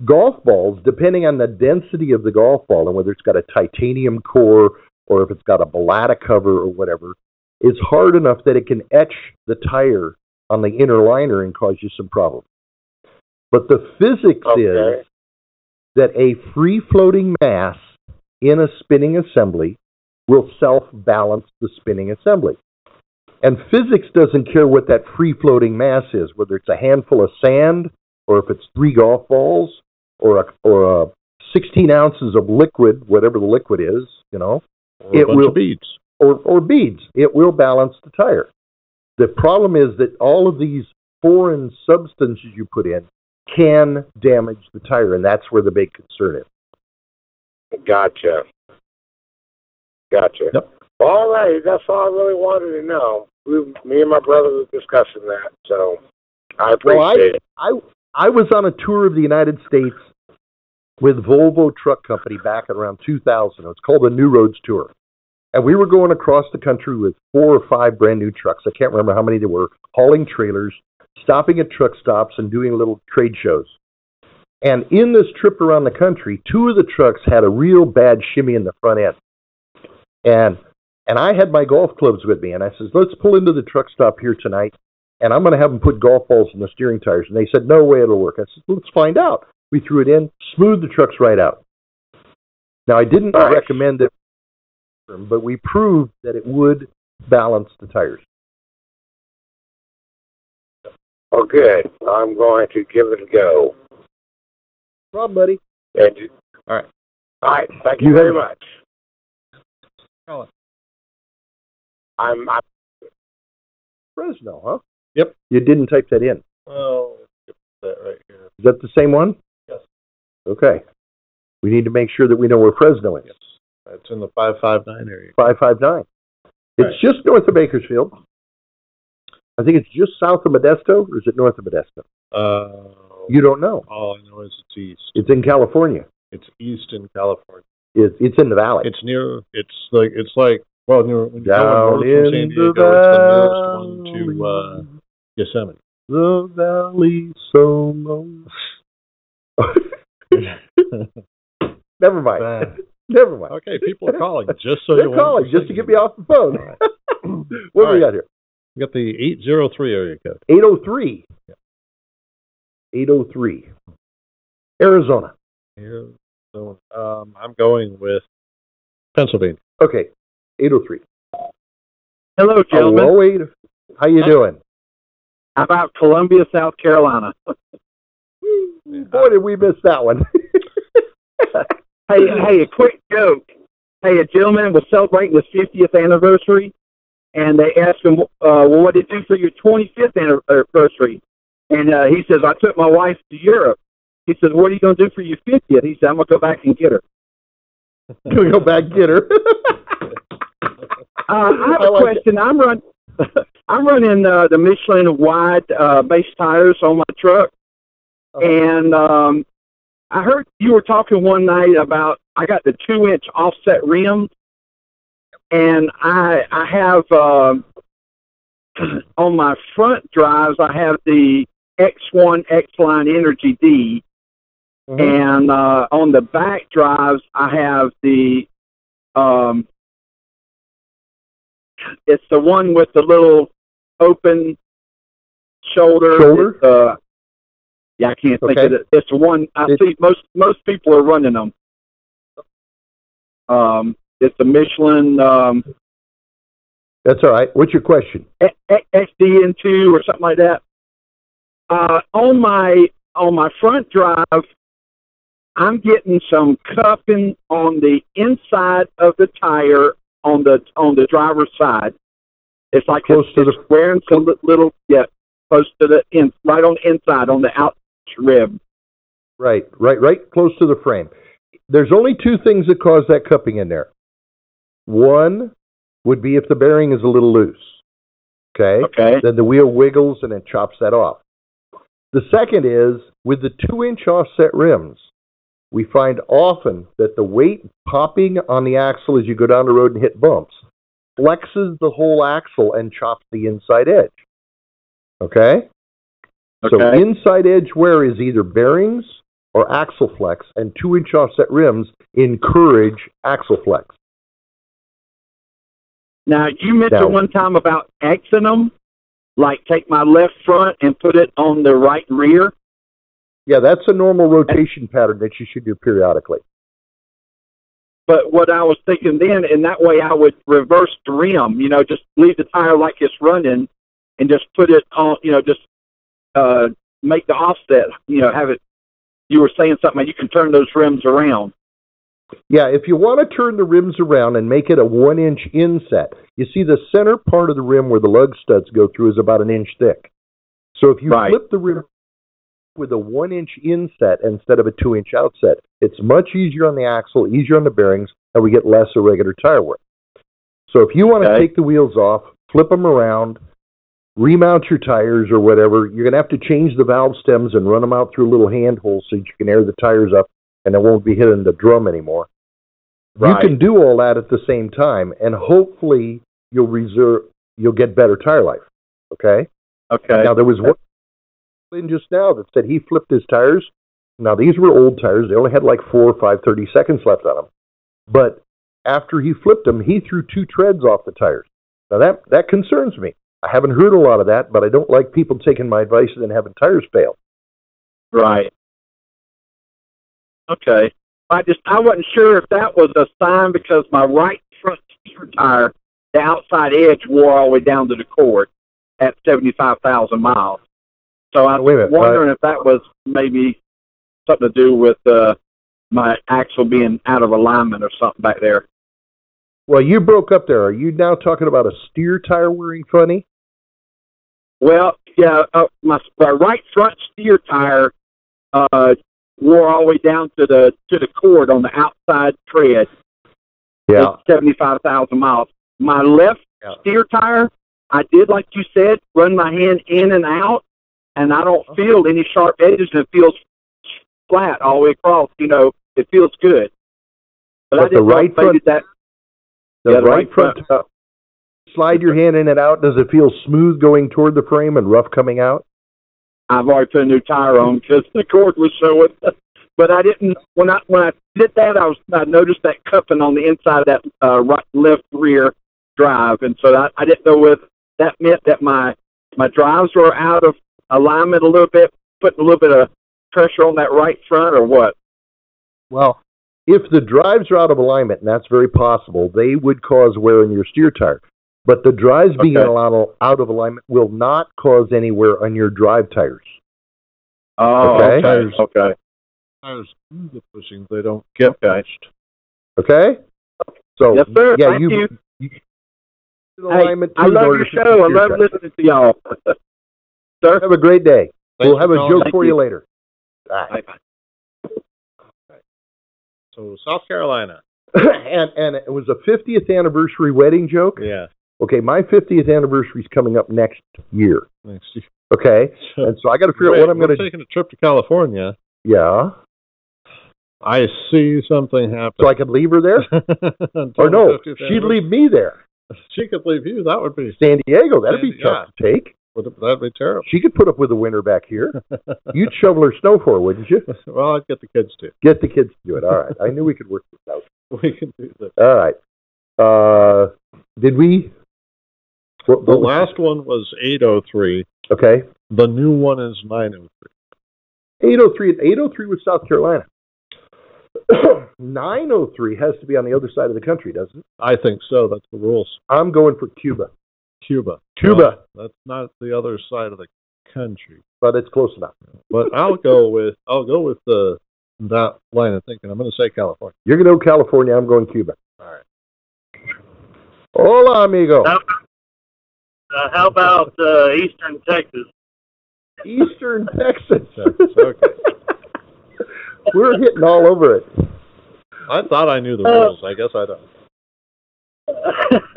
Speaker 2: Golf balls, depending on the density of the golf ball and whether it's got a titanium core or if it's got a ballata cover or whatever, is hard enough that it can etch the tire on the inner liner and cause you some problems. But the physics is
Speaker 7: Okay.
Speaker 2: that a free floating mass in a spinning assembly will self balance the spinning assembly. And physics doesn't care what that free floating mass is, whether it's a handful of sand, or if it's three golf balls, or a, or a 16 ounces of liquid, whatever the liquid is, you know,
Speaker 3: Or a
Speaker 2: it
Speaker 3: bunch
Speaker 2: will-
Speaker 3: of beads.
Speaker 2: or, or beads. It will balance the tire. The problem is that all of these foreign substances you put in can damage the tire, and that's where the big concern is.
Speaker 7: Gotcha. Gotcha.
Speaker 3: Yep.
Speaker 7: All right, that's all I really wanted to know. We, me and my brother were discussing that, so I appreciate
Speaker 2: Well, I-
Speaker 7: it.
Speaker 2: I I was on a tour of the United States with Volvo Truck Company back at around 2000. It was called the New Roads Tour, and we were going across the country with four or five brand new trucks. I can't remember how many there were, hauling trailers, stopping at truck stops, and doing little trade shows. And in this trip around the country, two of the trucks had a real bad shimmy in the front end, and and I had my golf clubs with me, and I says, "Let's pull into the truck stop here tonight." and I'm going to have them put golf balls in the steering tires. And they said, no way it'll work. I said, let's find out. We threw it in, smoothed the trucks right out. Now, I didn't
Speaker 7: Nice.
Speaker 2: recommend it, but we proved that it would balance the tires.
Speaker 7: Oh, good. I'm going to give it a go.
Speaker 2: Problem, buddy.
Speaker 7: And
Speaker 3: All right.
Speaker 7: all right. Thank you,
Speaker 2: You
Speaker 7: very
Speaker 2: have-
Speaker 7: much.
Speaker 3: Call it.
Speaker 7: I'm, I'm
Speaker 2: Fresno, huh?
Speaker 3: Yep.
Speaker 2: You didn't type that in.
Speaker 3: Well, let's get that right here.
Speaker 2: Is that the same one?
Speaker 3: Yes.
Speaker 2: Okay. We need to make sure that we know where Fresno is.
Speaker 3: Yes. That's in the five five nine area.
Speaker 2: 559. It's
Speaker 3: Right.
Speaker 2: just north of Bakersfield. I think it's just south of Modesto, or is it north of Modesto?
Speaker 3: Uh,
Speaker 2: You don't know.
Speaker 3: all I know is it's east.
Speaker 2: It's in California.
Speaker 3: It's east in California.
Speaker 2: It's it's in the valley.
Speaker 3: It's near. It's like it's like well, near, when you're
Speaker 2: Down
Speaker 3: going north from San
Speaker 2: in the
Speaker 3: Diego, it's the nearest one to uh, Yosemite.
Speaker 2: the valley so low. Never mind. Never mind.
Speaker 3: Okay, people are calling just so
Speaker 2: They're
Speaker 3: you
Speaker 2: calling just to get me off the phone. what do
Speaker 3: All
Speaker 2: we
Speaker 3: right.
Speaker 2: got oh here?
Speaker 3: You got the 803 area code.
Speaker 2: 803. 803. Arizona.
Speaker 3: Here, so, um, I'm going with oh Pennsylvania.
Speaker 2: Okay. 803.
Speaker 7: Hello, gentlemen.
Speaker 2: Hello, 8. How you doing?
Speaker 7: I'm out Columbia, South Carolina.
Speaker 2: Boy, did we miss that one.
Speaker 7: Hey, hey, a quick joke. Hey, a gentleman was celebrating his 50th anniversary, and they asked him, uh, "Well, what did you do for your 25th anni- anniversary?" And uh, he says, "I took my wife to Europe." He says, "What are you going to do for your 50th?" He said, "I'm going to go back and get her."
Speaker 2: Gonna go back and get her.
Speaker 7: Uh, I have
Speaker 2: I
Speaker 7: a
Speaker 2: like
Speaker 7: question. I'm run. I'm running uh, the Michelin wide uh, base tires on my truck,
Speaker 2: Uh-huh.
Speaker 7: and um, I heard you were talking one night about I got the two inch offset rim, and I I have um on my front drives I have the X1 X Line Energy D,
Speaker 2: Mhm.
Speaker 7: and uh, on the back drives I have the um, it's the one with the little open shoulder.
Speaker 2: Shoulder?
Speaker 7: It's, uh, yeah, I can't think of
Speaker 2: Okay.
Speaker 7: it. It's the one I
Speaker 2: It-
Speaker 7: see most most people are running them. Um, it's the Michelin um,
Speaker 2: That's all right. What's your question?
Speaker 7: XDN two or something like that. Uh, on my on my front drive, I'm getting some cupping on the inside of the tire on the on the driver's side. It's like
Speaker 2: Close
Speaker 7: it's,
Speaker 2: to the-
Speaker 7: it's wearing some li- little yeah, close to the in right on the inside on the out rib.
Speaker 2: Right, right, right close to the frame. There's only two things that cause that cupping in there. One would be if the bearing is a little loose. Okay?
Speaker 7: Okay.
Speaker 2: Then the wheel wiggles and it chops that off. The second is with the two inch offset rims, we find often that the weight popping on the axle as you go down the road and hit bumps flexes the whole axle and chops the inside edge. Okay? So
Speaker 7: Okay.
Speaker 2: inside edge wear is either bearings or axle flex, and two inch offset rims encourage axle flex.
Speaker 7: Now you mentioned
Speaker 2: Now-
Speaker 7: one time about axing them, like take my left front and put it on the right rear.
Speaker 2: Yeah, that's a normal rotation pattern that you should do periodically.
Speaker 7: But what I was thinking then, and that way I would reverse the rim, you know, just leave the tire like it's running and just put it on, you know, just uh, make the offset, you know, have it. You were saying something, you can turn those rims around.
Speaker 2: Yeah, if you want to turn the rims around and make it a one inch inset, you see the center part of the rim where the lug studs go through is about an inch thick. So if you
Speaker 7: Right.
Speaker 2: flip the rim with a one inch inset instead of a two inch outset, it's much easier on the axle, easier on the bearings, and we get less irregular tire wear. So if you want to
Speaker 7: Okay.
Speaker 2: take the wheels off, flip them around, remount your tires or whatever, you're going to have to change the valve stems and run them out through little hand holes so you can air the tires up and it won't be hitting the drum anymore.
Speaker 7: Right.
Speaker 2: You can do all that at the same time, and hopefully you'll reserve, you'll get better tire life. Okay.
Speaker 7: Okay.
Speaker 2: Now there was one in just now that said he flipped his tires. Now these were old tires; they only had like four or five thirty seconds left on them. But after he flipped them, he threw two treads off the tires. Now that that concerns me. I haven't heard a lot of that, but I don't like people taking my advice and then having tires fail.
Speaker 7: Right. Okay. I just I wasn't sure if that was a sign because my right front tire, the outside edge, wore all the way down to the cord at seventy five thousand miles. So I
Speaker 2: Uh, Wait a
Speaker 7: was
Speaker 2: minute,
Speaker 7: wondering if that was maybe something to do with uh, my axle being out of alignment or something back there.
Speaker 2: Well, you broke up there. Are you now talking about a steer tire wearing funny?
Speaker 7: Well, yeah, uh, my, my right front steer tire uh, wore all the way down to the to the cord on the outside tread.
Speaker 2: Yeah.
Speaker 7: at 75,000 miles. My left
Speaker 2: Yeah.
Speaker 7: steer tire, I did, like you said, run my hand in and out, and I
Speaker 2: Uh-huh.
Speaker 7: don't feel any sharp edges, and it feels flat all the way across. You know, it feels good. But, I
Speaker 2: But the
Speaker 7: didn't know
Speaker 2: right
Speaker 7: if maybe
Speaker 2: front-
Speaker 7: that,
Speaker 2: The
Speaker 7: yeah, the
Speaker 2: right uh, front slide your hand in and out. Does it feel smooth going toward the frame and rough coming out?
Speaker 8: I've already put a new tire on because the cord was showing. but I didn't when I when I did that I was I noticed that cupping on the inside of that uh, right left rear drive, and so I, I didn't know whether that meant that my my drives were out of alignment a little bit, putting a little bit of pressure on that right front or what.
Speaker 2: Well, if the drives are out of alignment, and that's very possible, they would cause wear on your steer tire. But the drives being
Speaker 8: Okay.
Speaker 2: out of- out of alignment will not cause any wear on your drive tires.
Speaker 8: Oh,
Speaker 2: Okay.
Speaker 8: okay, okay,
Speaker 3: Tires do the pushing; they
Speaker 7: Oh,
Speaker 3: don't get pushed.
Speaker 2: Okay? So,
Speaker 8: yes, sir.
Speaker 2: yeah,
Speaker 8: Thank
Speaker 2: you,
Speaker 8: you. Hey,
Speaker 2: alignment
Speaker 8: I
Speaker 2: too in
Speaker 8: love
Speaker 2: order
Speaker 8: your
Speaker 2: to fix
Speaker 8: show. I
Speaker 2: steer
Speaker 8: love
Speaker 2: tire.
Speaker 8: listening to y'all.
Speaker 2: Have a great day.
Speaker 3: Thanks
Speaker 2: we'll
Speaker 3: for
Speaker 2: have a
Speaker 3: calling.
Speaker 2: joke
Speaker 8: Thank
Speaker 2: for
Speaker 8: you.
Speaker 2: you later.
Speaker 8: Bye.
Speaker 3: So South Carolina.
Speaker 2: and and it was a 50th anniversary wedding joke.
Speaker 3: Yeah.
Speaker 2: Okay, my 50th anniversary is coming up next year.
Speaker 3: Next year.
Speaker 2: Okay, and so I got to figure out what I'm
Speaker 3: We're
Speaker 2: going to.
Speaker 3: taking a trip to California.
Speaker 2: Yeah,
Speaker 3: I see something happen.
Speaker 2: so I could leave her there,
Speaker 3: Until
Speaker 2: or no,
Speaker 3: the 50th
Speaker 2: she'd leave me there.
Speaker 3: She could leave you. That would be
Speaker 2: San Diego, that'd be
Speaker 3: San-
Speaker 2: tough to take.
Speaker 3: that'd be terrible.
Speaker 2: She could put up with the winter back here. You'd shovel her snow for, her, wouldn't you?
Speaker 3: Well, I'd get the kids to.
Speaker 2: Get the kids to do it. All right, I knew we could work this out.
Speaker 3: We can do this.
Speaker 2: All right. Uh, did we? What,
Speaker 3: The
Speaker 2: what was-
Speaker 3: last one was 803.
Speaker 2: Okay,
Speaker 3: The new one is oh, 903.
Speaker 2: 803 803 was South Carolina. 903 has to be on the other side of the country, doesn't it?
Speaker 3: I think so. That's the rules.
Speaker 2: I'm going for Cuba,
Speaker 3: Cuba.
Speaker 2: Cuba.
Speaker 3: No, that's not the other side of the country.
Speaker 2: but it's close enough.
Speaker 3: But I'll go with I'll go with the that line of thinking. I'm going to say California.
Speaker 2: You're going to go California, I'm going Cuba.
Speaker 3: All right.
Speaker 2: Hola, amigo.
Speaker 6: Now- Uh, how about uh, Eastern Texas?
Speaker 2: Eastern Texas.
Speaker 3: Texas, okay.
Speaker 2: We're hitting all over it.
Speaker 3: I thought I knew the
Speaker 6: Uh,
Speaker 3: rules. I guess I don't.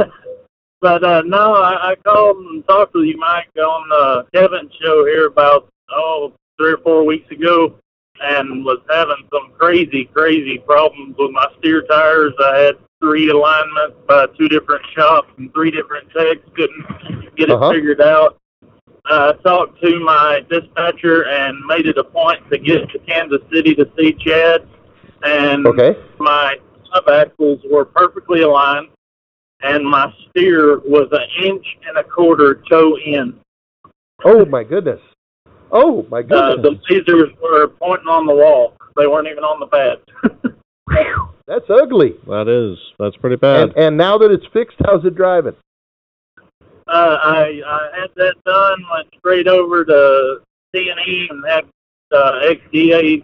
Speaker 6: but uh, no, I, I called and talked with you, Mike, on uh, Kevin's show here about oh three or four weeks ago, and was having some crazy, crazy problems with my steer tires. I had three alignments by two different shops and three different techs. Couldn't get it
Speaker 2: Uh-huh.
Speaker 6: figured out. I talked to my dispatcher and made it a point to get to Kansas City to see Chad. And
Speaker 2: Okay.
Speaker 6: my subaxles were perfectly aligned, and my steer was an inch and a quarter toe in.
Speaker 2: Oh, my goodness. Oh, my
Speaker 6: Uh,
Speaker 2: goodness.
Speaker 6: the lasers were pointing on the wall; they weren't even on the pad.
Speaker 2: That's ugly.
Speaker 3: That is that's pretty bad.
Speaker 2: And, and now that it's fixed, how's it driving?
Speaker 6: uh, I I had that done, went straight over to C and E and had uh, XDA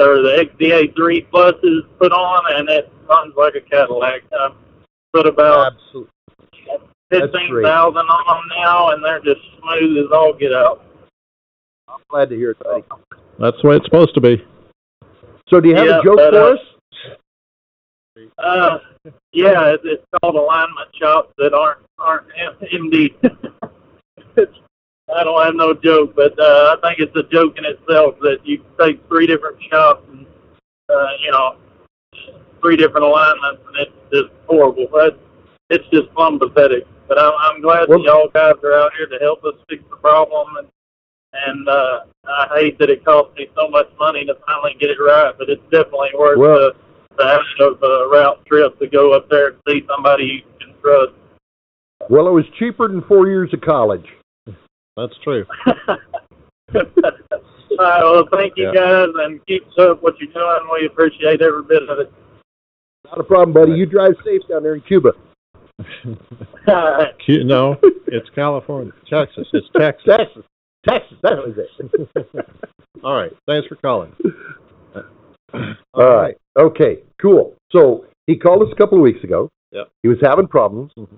Speaker 6: or the XDA three pluses put on, and it runs like a Cadillac. I put about
Speaker 2: Absolutely. That's great.
Speaker 6: fifteen thousand on them now, and they're just smooth as all get out.
Speaker 2: Glad to hear it, buddy.
Speaker 3: That's the way it's supposed to be.
Speaker 2: So, do you have
Speaker 6: Yeah,
Speaker 2: a joke
Speaker 6: but,
Speaker 2: for
Speaker 6: uh,
Speaker 2: us?
Speaker 6: Uh, yeah, it's, it's called alignment shops that aren't aren't M- MD. It's- I don't have no joke, but uh, I think it's a joke in itself that you take three different shops and uh, you know three different alignments, and it's just horrible. But it's just plumb pathetic. But I'm, I'm glad
Speaker 2: Well-
Speaker 6: that y'all guys are out here to help us fix the problem, and and uh, I hate that it cost me so much money to finally get it right, but it's definitely worth
Speaker 2: Well-
Speaker 6: the the action of a route trip to go up there and see somebody you can trust.
Speaker 2: Well, it was cheaper than four years of college.
Speaker 3: That's true.
Speaker 6: All right, well, thank you
Speaker 3: Yeah.
Speaker 6: guys, and keep up what you're doing. We appreciate every bit of it.
Speaker 2: Not a problem, buddy. You drive safe down there in Cuba.
Speaker 6: All right.
Speaker 3: Cu- no, it's California, Texas. It's Texas.
Speaker 2: Texas. Texas. That was it.
Speaker 3: All right. Thanks for calling.
Speaker 2: All right. Okay. Cool. So he called us a couple of weeks ago.
Speaker 3: Yep.
Speaker 2: He was having problems.
Speaker 3: Mhm.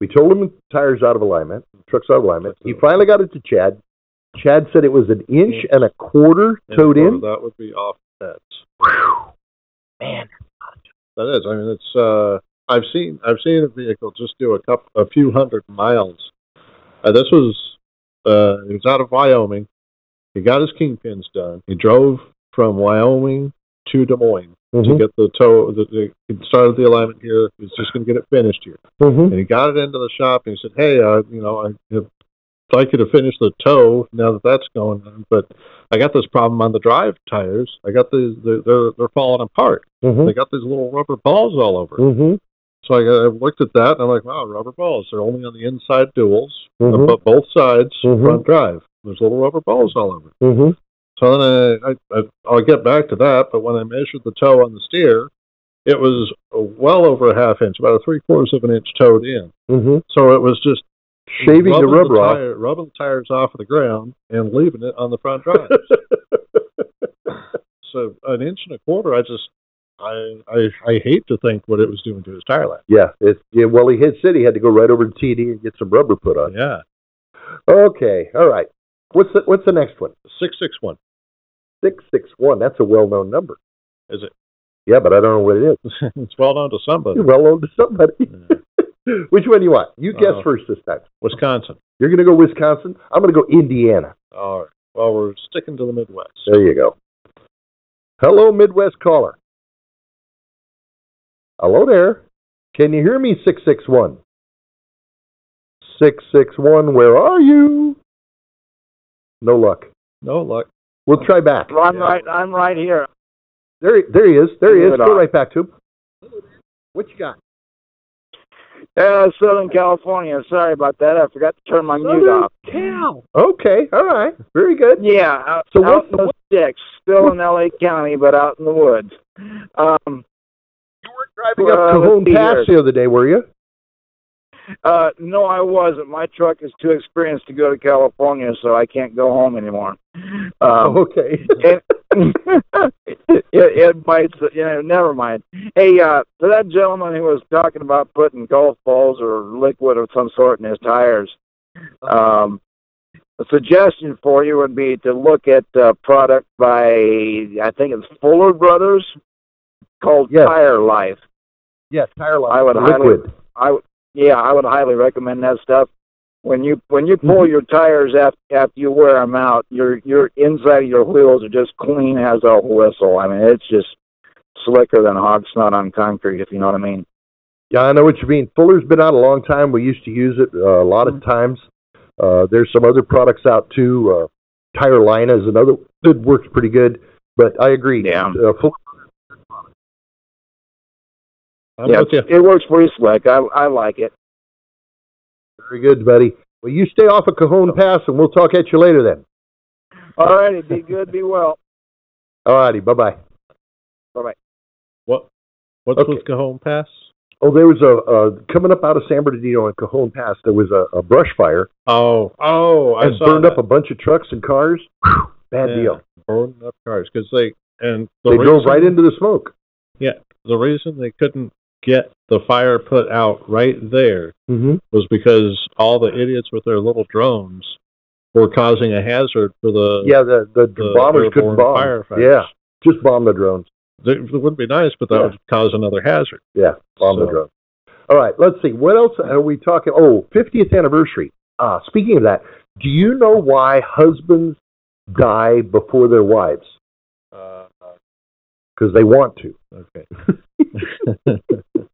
Speaker 2: We told him the tires out of alignment, truck's out of alignment. He finally got it to Chad. Chad said it was an inch and a quarter
Speaker 3: And
Speaker 2: towed
Speaker 3: Florida,
Speaker 2: in.
Speaker 3: That would be off bets.
Speaker 2: Man.
Speaker 3: That is. I mean, it's. Uh, I've seen. I've seen a vehicle just do a couple, a few hundred miles. Uh, this was. Uh, he was out of Wyoming. He got his kingpins done. He drove from Wyoming to Des Moines to
Speaker 2: Mhm.
Speaker 3: get the toe. The, the, he started the alignment here.
Speaker 9: Mm-hmm.
Speaker 3: He's just going to get it finished here.
Speaker 2: Mhm.
Speaker 3: And he got it into the shop and he said, "Hey, uh, you know, I have like you to finish the toe now that that's going on, but I got this problem on the drive tires. I got the, the they're they're falling apart.
Speaker 2: Mm-hmm.
Speaker 3: They got these little rubber balls all over.
Speaker 2: Mm-hmm.
Speaker 3: So I, I looked at that and I'm like, wow, rubber balls. They're only on the inside duals,
Speaker 9: Mm-hmm.
Speaker 2: Mhm.
Speaker 3: but both sides
Speaker 2: Mhm.
Speaker 3: front drive. There's little rubber balls all over.
Speaker 2: Mm-hmm.
Speaker 3: So then I, I, I I'll get back to that. But when I measured the toe on the steer, it was well over a half inch, about a three quarters of an inch toed in.
Speaker 2: Mm-hmm.
Speaker 3: So it was just
Speaker 2: Shaving the
Speaker 3: rubbing
Speaker 2: rubber off.
Speaker 3: tire, rubbing the tires off of the ground and leaving it on the front drive. so an inch and a quarter. I just I I I hate to think what it was doing to his tire life.
Speaker 2: Yeah, it, yeah. Well, he had said he had to go right over to TD and get some rubber put on.
Speaker 3: Yeah,
Speaker 2: Okay, all right. What's the What's the next one?
Speaker 3: six six one.
Speaker 2: Six six one. That's a well known number.
Speaker 3: Is it?
Speaker 2: Yeah, but I don't know what it is.
Speaker 3: it's well known to somebody.
Speaker 2: You're well known to somebody.
Speaker 3: Yeah.
Speaker 2: Which one do you want? You guess
Speaker 3: Uh,
Speaker 2: first this time.
Speaker 3: Wisconsin.
Speaker 2: You're going to go Wisconsin. I'm going to go Indiana.
Speaker 3: All right. Well, we're sticking to the Midwest.
Speaker 2: There you go. Hello, Midwest caller. Hello there. Can you hear me? Six six one. Six six one. Where are you? No luck.
Speaker 3: No luck.
Speaker 2: We'll try back.
Speaker 10: Well, I'm right. I'm right here.
Speaker 2: There, he- there he is. There he is.
Speaker 10: Good
Speaker 2: Go
Speaker 10: eye.
Speaker 2: right back to him. What you got?
Speaker 10: Uh, Southern California. Sorry about that. I forgot to turn my mute
Speaker 2: Southern
Speaker 10: off.
Speaker 2: Cal. Okay. All right. Very good.
Speaker 10: Yeah, out,
Speaker 2: So
Speaker 10: out
Speaker 2: what's
Speaker 10: in
Speaker 2: the-
Speaker 10: the sticks, still in L.A. County, but out in the woods. Um,
Speaker 2: Driving up
Speaker 10: Uh,
Speaker 2: Cajon
Speaker 10: let's see
Speaker 2: Pass
Speaker 10: here.
Speaker 2: the other day, were you?
Speaker 10: uh, no, I wasn't. My truck is too experienced to go to California, so I can't go home anymore. Um,
Speaker 2: oh, okay.
Speaker 10: it, it, it bites. You know, never mind. Hey, uh, to that gentleman who was talking about putting golf balls or liquid of some sort in his tires, um, a suggestion for you would be to look at uh, product by I think it's Fuller Brothers called
Speaker 2: Yes.
Speaker 10: Tire Life.
Speaker 2: Yes, tire life.
Speaker 10: I would highly-
Speaker 2: Liquid.
Speaker 10: I w- yeah, I would highly recommend that stuff. When you when you pull your tires after after you wear them out, your your inside of your wheels are just clean as a whistle. I mean, it's just slicker than hog snot on concrete, if you know what I mean.
Speaker 2: Yeah, I know what you mean. Fuller's been out a long time. We used to use it uh, a lot
Speaker 3: Mm-hmm.
Speaker 2: of times. Uh, there's some other products out too. Uh, Tire Line is another that works pretty good. But I agree.
Speaker 10: Yeah.
Speaker 2: Uh, Fuller,
Speaker 3: I'm
Speaker 10: yeah,
Speaker 3: with you.
Speaker 10: it works pretty slick. I I like it.
Speaker 2: very good, buddy. Well, you stay off of Cajon Pass, and we'll talk at you later then.
Speaker 10: All righty, be good, be well.
Speaker 2: All righty. Bye bye.
Speaker 3: What? What's
Speaker 2: Okay.
Speaker 3: with Cajon Pass?
Speaker 2: Oh, there was a uh, coming up out of San Bernardino and Cajon Pass. There was a, a brush fire
Speaker 3: Oh, oh, I
Speaker 2: and
Speaker 3: saw
Speaker 2: burned
Speaker 3: that.
Speaker 2: up a bunch of trucks and cars. Whew, bad
Speaker 3: Yeah,
Speaker 2: deal.
Speaker 3: Burned up cars because they and the
Speaker 2: They
Speaker 3: reason,
Speaker 2: drove right into the smoke.
Speaker 3: the reason they couldn't get the fire put out right there
Speaker 2: Mm-hmm.
Speaker 3: was because all the idiots with their little drones were causing a hazard for the
Speaker 2: Yeah, the the,
Speaker 3: the
Speaker 2: bombers couldn't
Speaker 3: airborne
Speaker 2: bomb.
Speaker 3: firefighters.
Speaker 2: Yeah, just bomb the drones.
Speaker 3: They- It would be nice, but that
Speaker 2: Yeah.
Speaker 3: would cause another hazard.
Speaker 2: Yeah, bomb the
Speaker 3: So-
Speaker 2: drone. All right, let's see. What else are we talking? Oh, 50th anniversary. Uh, speaking of that, do you know why husbands die before their wives?
Speaker 3: Uh,
Speaker 2: Because they want to.
Speaker 3: okay.
Speaker 2: all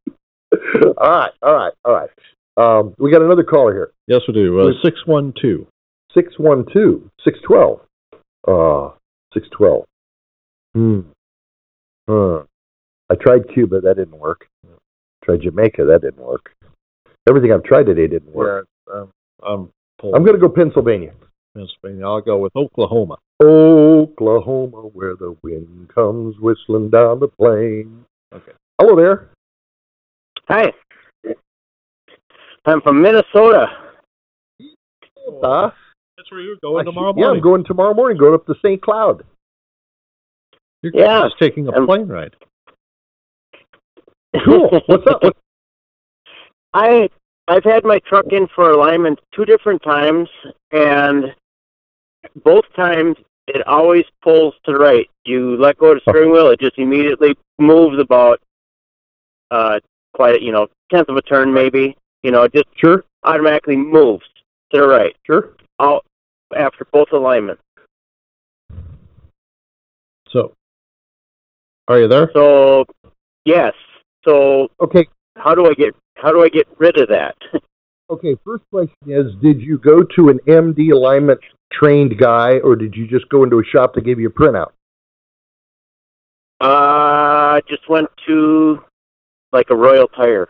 Speaker 2: right, all right, all right. Um, we got another caller here.
Speaker 3: Yes, we do. Uh,
Speaker 2: With-
Speaker 3: Six one two.
Speaker 2: 612, 612. Uh, 612. Hmm. Huh. I tried Cuba, that didn't work. Tried Jamaica, that didn't work. Everything I've tried today didn't work.
Speaker 3: Where um, I'm pulling
Speaker 2: I'm going to go Pennsylvania.
Speaker 3: Pennsylvania. I'll go with Oklahoma.
Speaker 2: Oklahoma, where the wind comes whistling down the plain.
Speaker 3: Okay.
Speaker 2: Hello there.
Speaker 10: Hey, I'm from Minnesota.
Speaker 2: Uh,
Speaker 3: That's where you're going
Speaker 2: I
Speaker 3: Oh, tomorrow
Speaker 2: should- yeah, I'm
Speaker 3: morning.
Speaker 2: going tomorrow morning, going up to St. Cloud.
Speaker 3: You're
Speaker 10: Yeah.
Speaker 3: just taking a
Speaker 10: And-
Speaker 3: plane ride.
Speaker 2: Cool. What's up? What's,
Speaker 10: I I've had my truck in for alignment two different times, and both times it always pulls to the right. You let go of the steering wheel, it just immediately moves about uh quite you know tenth of a turn maybe. You know, it just
Speaker 2: sure,
Speaker 10: automatically moves to the right
Speaker 2: sure.
Speaker 10: out after both alignments.
Speaker 3: So, are you there?
Speaker 10: So yes, so
Speaker 2: Okay,
Speaker 10: how do I get how do I get rid of that?
Speaker 2: Okay, first question is, did you go to an MD alignment trained guy, or did you just go into a shop that gave you a printout?
Speaker 11: Uh, I just went to like a Royal Tire.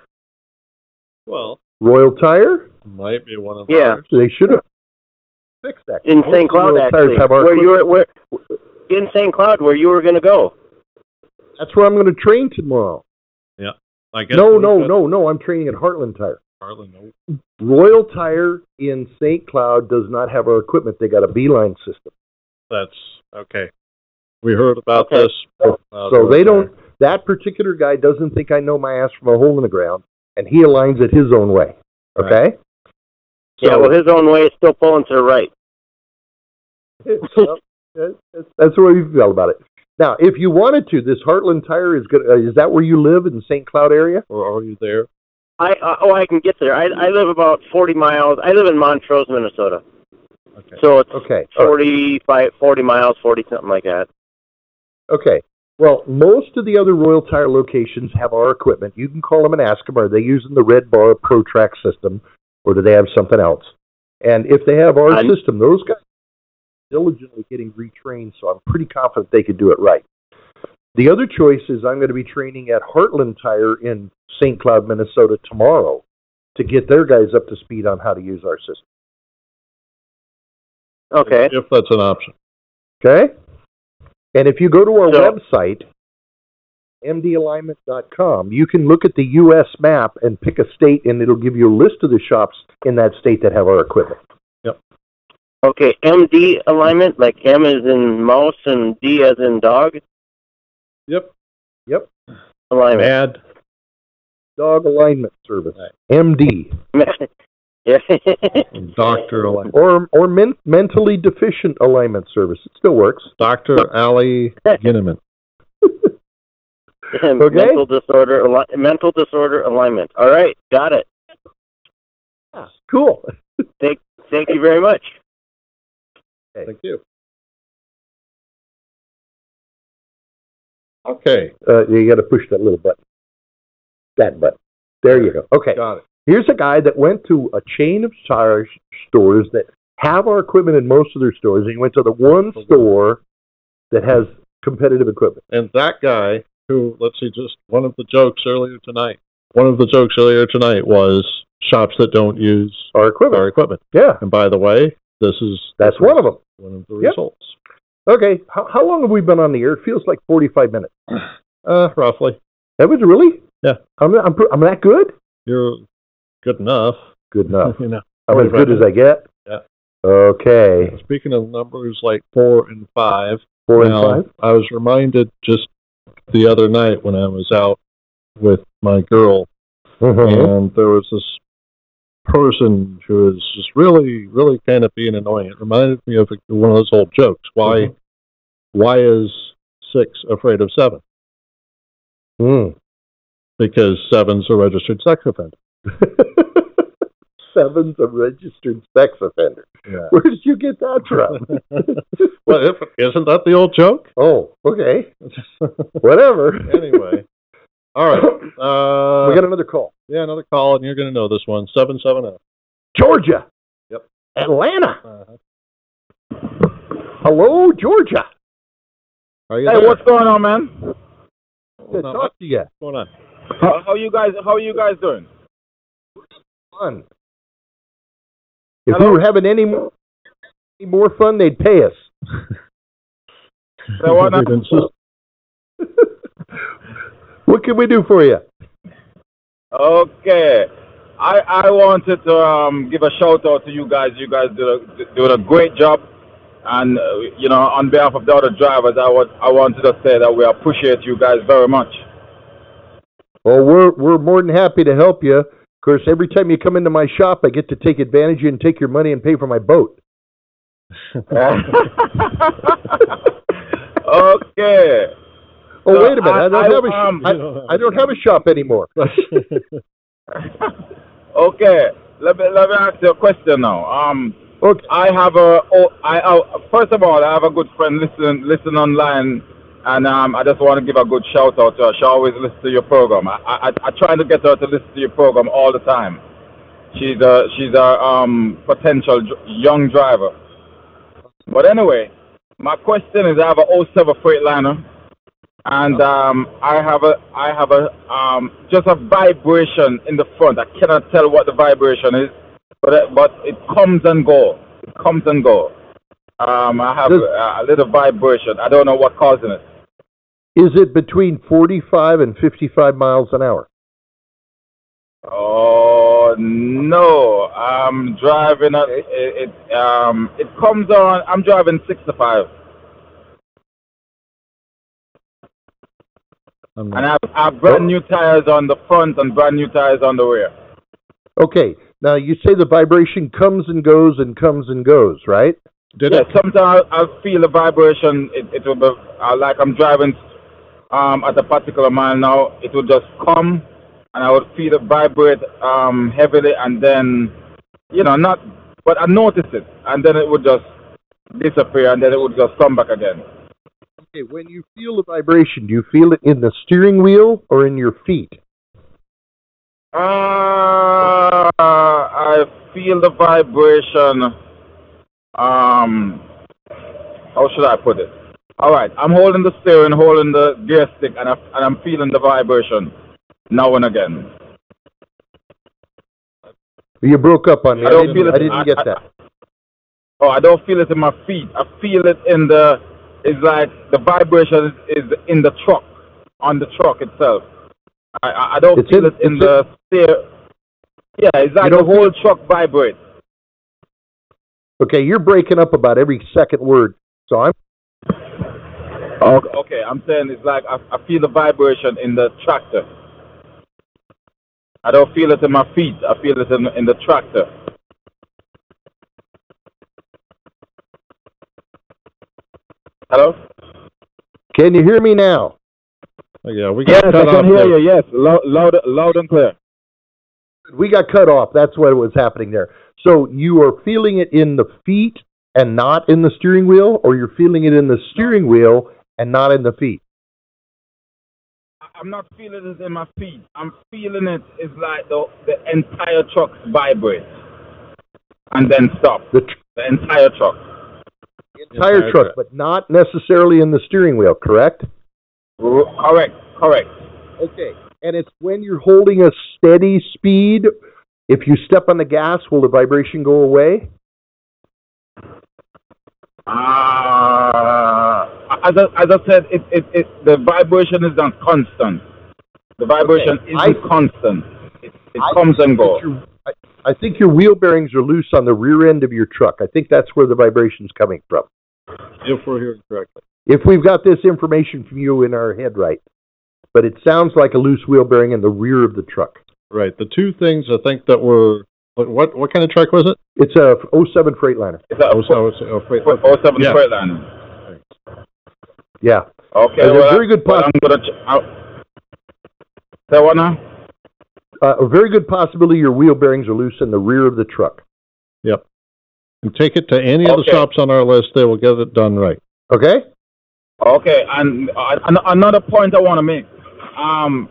Speaker 3: Well,
Speaker 2: Royal Tire?
Speaker 3: might be one of
Speaker 11: Yeah.
Speaker 3: ours.
Speaker 2: They should have fixed that.
Speaker 11: In
Speaker 2: Most
Speaker 11: St. Cloud,
Speaker 2: Royal Tires
Speaker 11: actually,
Speaker 2: have our
Speaker 11: where you were, where, in St. Cloud, where you were going to go.
Speaker 2: That's where I'm going to train tomorrow.
Speaker 3: I guess
Speaker 2: No,
Speaker 3: we've
Speaker 2: no,
Speaker 3: got
Speaker 2: no, no. I'm training at Heartland Tire.
Speaker 3: Harlan over.
Speaker 2: Royal Tire in St. Cloud does not have our equipment. They got a beeline system.
Speaker 3: That's okay. We heard about
Speaker 11: Okay.
Speaker 3: this.
Speaker 2: So-
Speaker 3: Uh,
Speaker 2: so they don't, that particular guy doesn't think I know my ass from a hole in the ground, and he aligns it his own way. Okay?
Speaker 11: yeah, well, his own way is still pulling to the right.
Speaker 2: Well, that- that's that's the way we feel about it. Now, if you wanted to, this Heartland Tire is good. Uh, is that where you live in the St. Cloud area?
Speaker 3: Or are you there?
Speaker 11: I uh, oh, I can get there. I I live about 40 miles. I live in Montrose, Minnesota.
Speaker 3: Okay.
Speaker 11: So it's
Speaker 2: Okay. all right,
Speaker 11: forty five, forty 40 miles, 40 something like that.
Speaker 2: Okay. Well, most of the other Royal Tire locations have our equipment. You can call them and ask them, are they using the Red Bar Pro Track system, or do they have something else? And if they have our
Speaker 11: I'm-
Speaker 2: system, those guys are diligently getting retrained, so I'm pretty confident they could do it right. The other choice is I'm going to be training at Heartland Tire in St. Cloud, Minnesota tomorrow to get their guys up to speed on how to use our system.
Speaker 11: Okay.
Speaker 3: If that's an option.
Speaker 2: Okay? And if you go to our
Speaker 11: So-
Speaker 2: website, mdalignment.com, you can look at the U.S. map and pick a state, and it'll give you a list of the shops in that state that have our equipment.
Speaker 11: Okay, MD alignment, like M is in mouse and D as in dog
Speaker 3: Yep.
Speaker 11: alignment.
Speaker 3: Add.
Speaker 2: Dog Alignment Service, MD,
Speaker 11: yeah.
Speaker 3: Doctor Ali.
Speaker 2: or, or men- Mentally Deficient Alignment Service. It still works.
Speaker 3: Doctor Ali Ginneman.
Speaker 11: Mental disorder, ali- mental disorder alignment. All right, got it.
Speaker 2: Cool.
Speaker 11: Thank you very much.
Speaker 3: Thank you. Okay.
Speaker 2: Uh, you got to push that little button. That button. There you go. Okay.
Speaker 3: Got it.
Speaker 2: Here's a guy that went to a chain of tire sh- stores that have our equipment in most of their stores, and he went to the one store that has competitive equipment.
Speaker 3: And that guy, who let's see, just one of the jokes earlier tonight. One of the jokes earlier tonight was shops that don't use
Speaker 2: Our equipment.
Speaker 3: our equipment.
Speaker 2: Yeah,
Speaker 3: And by the way, this is
Speaker 2: that's one of them.
Speaker 3: one of the
Speaker 2: Yep.
Speaker 3: results.
Speaker 2: Okay, how, how long have we been on the air? It feels like 45 minutes.
Speaker 3: Uh, roughly.
Speaker 2: That was really?
Speaker 3: Yeah.
Speaker 2: I'm, I'm, pr- I'm that good?
Speaker 3: You're good enough.
Speaker 2: Good enough.
Speaker 3: you know.
Speaker 2: I'm as good as I get?
Speaker 3: Yeah.
Speaker 2: Okay.
Speaker 3: Speaking of numbers like four and five,
Speaker 2: Four
Speaker 3: now,
Speaker 2: and five?
Speaker 3: I was reminded just the other night when I was out with my girl,
Speaker 2: Mhm.
Speaker 3: and there was this person who was just really, really kind of being annoying. It reminded me of one of those old jokes. Why,
Speaker 2: Mhm.
Speaker 3: why is six afraid of seven?
Speaker 2: Mm.
Speaker 3: Because seven's a registered sex offender.
Speaker 2: Seven's a registered sex offender.
Speaker 3: Yeah.
Speaker 2: Where did you get that from?
Speaker 3: well, if, isn't that the old joke?
Speaker 2: Oh, okay. Whatever.
Speaker 3: anyway, all right. Uh,
Speaker 2: we got another call.
Speaker 3: Yeah, another call, and you're going to know this one. 770.
Speaker 2: Georgia.
Speaker 3: Yep.
Speaker 2: Atlanta.
Speaker 3: Uh-huh.
Speaker 2: Hello, Georgia.
Speaker 3: Are you
Speaker 12: Hey,
Speaker 3: there?
Speaker 12: what's going on, man?
Speaker 2: Good to
Speaker 3: Not much
Speaker 2: talk to you.
Speaker 3: going on?
Speaker 12: How, how you guys? How you guys doing?
Speaker 2: Fun. If
Speaker 12: Hello?
Speaker 2: we were having any more, any more fun, they'd pay us.
Speaker 12: So what now?
Speaker 3: We'd insist-
Speaker 2: What can we do for you?
Speaker 12: Okay. I I wanted to um, give a shout out to you guys. You guys did a, did a great job, and uh, you know, on behalf of the other drivers, I want I wanted to say that we appreciate you guys very much.
Speaker 2: Well, we're we're more than happy to help you. Of course, every time you come into my shop, I get to take advantage of you and take your money and pay for my boat. Oh,
Speaker 12: okay.
Speaker 2: Oh,
Speaker 12: So
Speaker 2: wait a minute! I,
Speaker 12: I-
Speaker 2: don't
Speaker 12: I-
Speaker 2: have a sh-
Speaker 12: um,
Speaker 2: I, I don't have a shop anymore.
Speaker 12: Okay. Let me let me ask you a question now. Um,
Speaker 2: Okay.
Speaker 12: I have a oh, I uh, first of all, I have a good friend listen listen online, and um, I just want to give a good shout out to her. She always listens to your program. I I, I I try to get her to listen to your program all the time. She's a she's a um, potential dr- young driver. But anyway, my question is: I have a 07 Freightliner, and um, I have a I have a um, just a vibration in the front. I cannot tell what the vibration is, but it, but it comes and go. It comes and go. Um, I have a, a little vibration. I don't know what causing it.
Speaker 2: Is it between 45 and 55 miles an hour?
Speaker 12: Oh no, I'm driving. A, it, it um it comes on. I'm driving six to five,
Speaker 2: I'm
Speaker 12: and I have, I have brand new tires on the front and brand new tires on the rear.
Speaker 2: Okay. Now you say the vibration comes and goes and comes and goes, right?
Speaker 12: Did yeah, sometimes I I feel a vibration. It it will be uh, like I'm driving um at a particular mile now. It will just come, and I would feel it vibrate um heavily, and then you know not, but I notice it, and then it would just disappear, and then it would just come back again.
Speaker 2: Okay, when you feel the vibration, do you feel it in the steering wheel or in your feet?
Speaker 12: Uh, I feel the vibration. Um, how should I put it? All right, I'm holding the steering, holding the gear stick, and, I, and I'm feeling the vibration now and again.
Speaker 2: You broke up on me. I,
Speaker 12: I don't
Speaker 2: didn't,
Speaker 12: feel it.
Speaker 2: I didn't
Speaker 12: I-
Speaker 2: get
Speaker 12: I-
Speaker 2: that.
Speaker 12: Oh, I don't feel it in my feet. I feel it in the. It's like the vibration is, is in the truck, on the truck itself. I- I, I don't
Speaker 2: It's
Speaker 12: feel
Speaker 2: in-
Speaker 12: it in
Speaker 2: it's
Speaker 12: the steer. Yeah, it's like the
Speaker 2: don't
Speaker 12: whole truck vibrates.
Speaker 2: okay, you're breaking up about every second word. So I'm
Speaker 12: Okay. okay, I'm saying it's like I, I feel the vibration in the tractor. I don't feel it in my feet. I feel it in, in the tractor. Hello?
Speaker 2: Can you hear me now?
Speaker 3: oh, Yeah, we
Speaker 12: Yes,
Speaker 3: got
Speaker 12: I
Speaker 3: cut
Speaker 12: can
Speaker 3: off
Speaker 12: hear
Speaker 3: there.
Speaker 12: you. Yes, loud, loud, loud and clear.
Speaker 2: We got cut off. That's what was happening there. So you are feeling it in the feet and not in the steering wheel, or you're feeling it in the steering wheel and not in the feet.
Speaker 12: I- I'm not feeling it in my feet. I'm feeling it. It's like the, the entire truck vibrates and then stop.
Speaker 2: The tr-
Speaker 12: The entire truck.
Speaker 2: tire truck, but not necessarily in the steering wheel, correct?
Speaker 12: R- Correct. Correct.
Speaker 2: Okay. And it's when you're holding a steady speed. If you step on the gas, will the vibration go away?
Speaker 12: Uh, as I, as I said, it, it, it, the vibration is not constant. The vibration
Speaker 2: Okay,
Speaker 12: isn't
Speaker 2: I-
Speaker 12: constant. It, it
Speaker 2: I
Speaker 12: comes and
Speaker 2: think
Speaker 12: goes.
Speaker 2: that your- I, I think your wheel bearings are loose on the rear end of your truck. I think that's where the vibration's coming from.
Speaker 3: If we're hearing correctly.
Speaker 2: If we've got this information from you in our head right, but it sounds like a loose wheel bearing in the rear of the truck.
Speaker 3: Right. The two things I think that were what what, what kind of truck was it?
Speaker 2: It's a 07 Freightliner.
Speaker 12: It's a
Speaker 3: Oh, so, so, oh, wait,
Speaker 12: foot- foot- 07
Speaker 3: Yeah.
Speaker 12: Freightliner.
Speaker 2: Yeah.
Speaker 12: Okay,
Speaker 2: It's a
Speaker 12: well,
Speaker 2: very good
Speaker 12: well,
Speaker 2: pos-
Speaker 12: I'm gonna ch- I'll- Say what now?
Speaker 2: Uh, a very good possibility your wheel bearings are loose in the rear of the truck.
Speaker 3: and take it to any of the
Speaker 12: Okay.
Speaker 3: shops on our list. They will get it done right.
Speaker 2: Okay?
Speaker 12: Okay, and uh, an- another point I want to make. Um,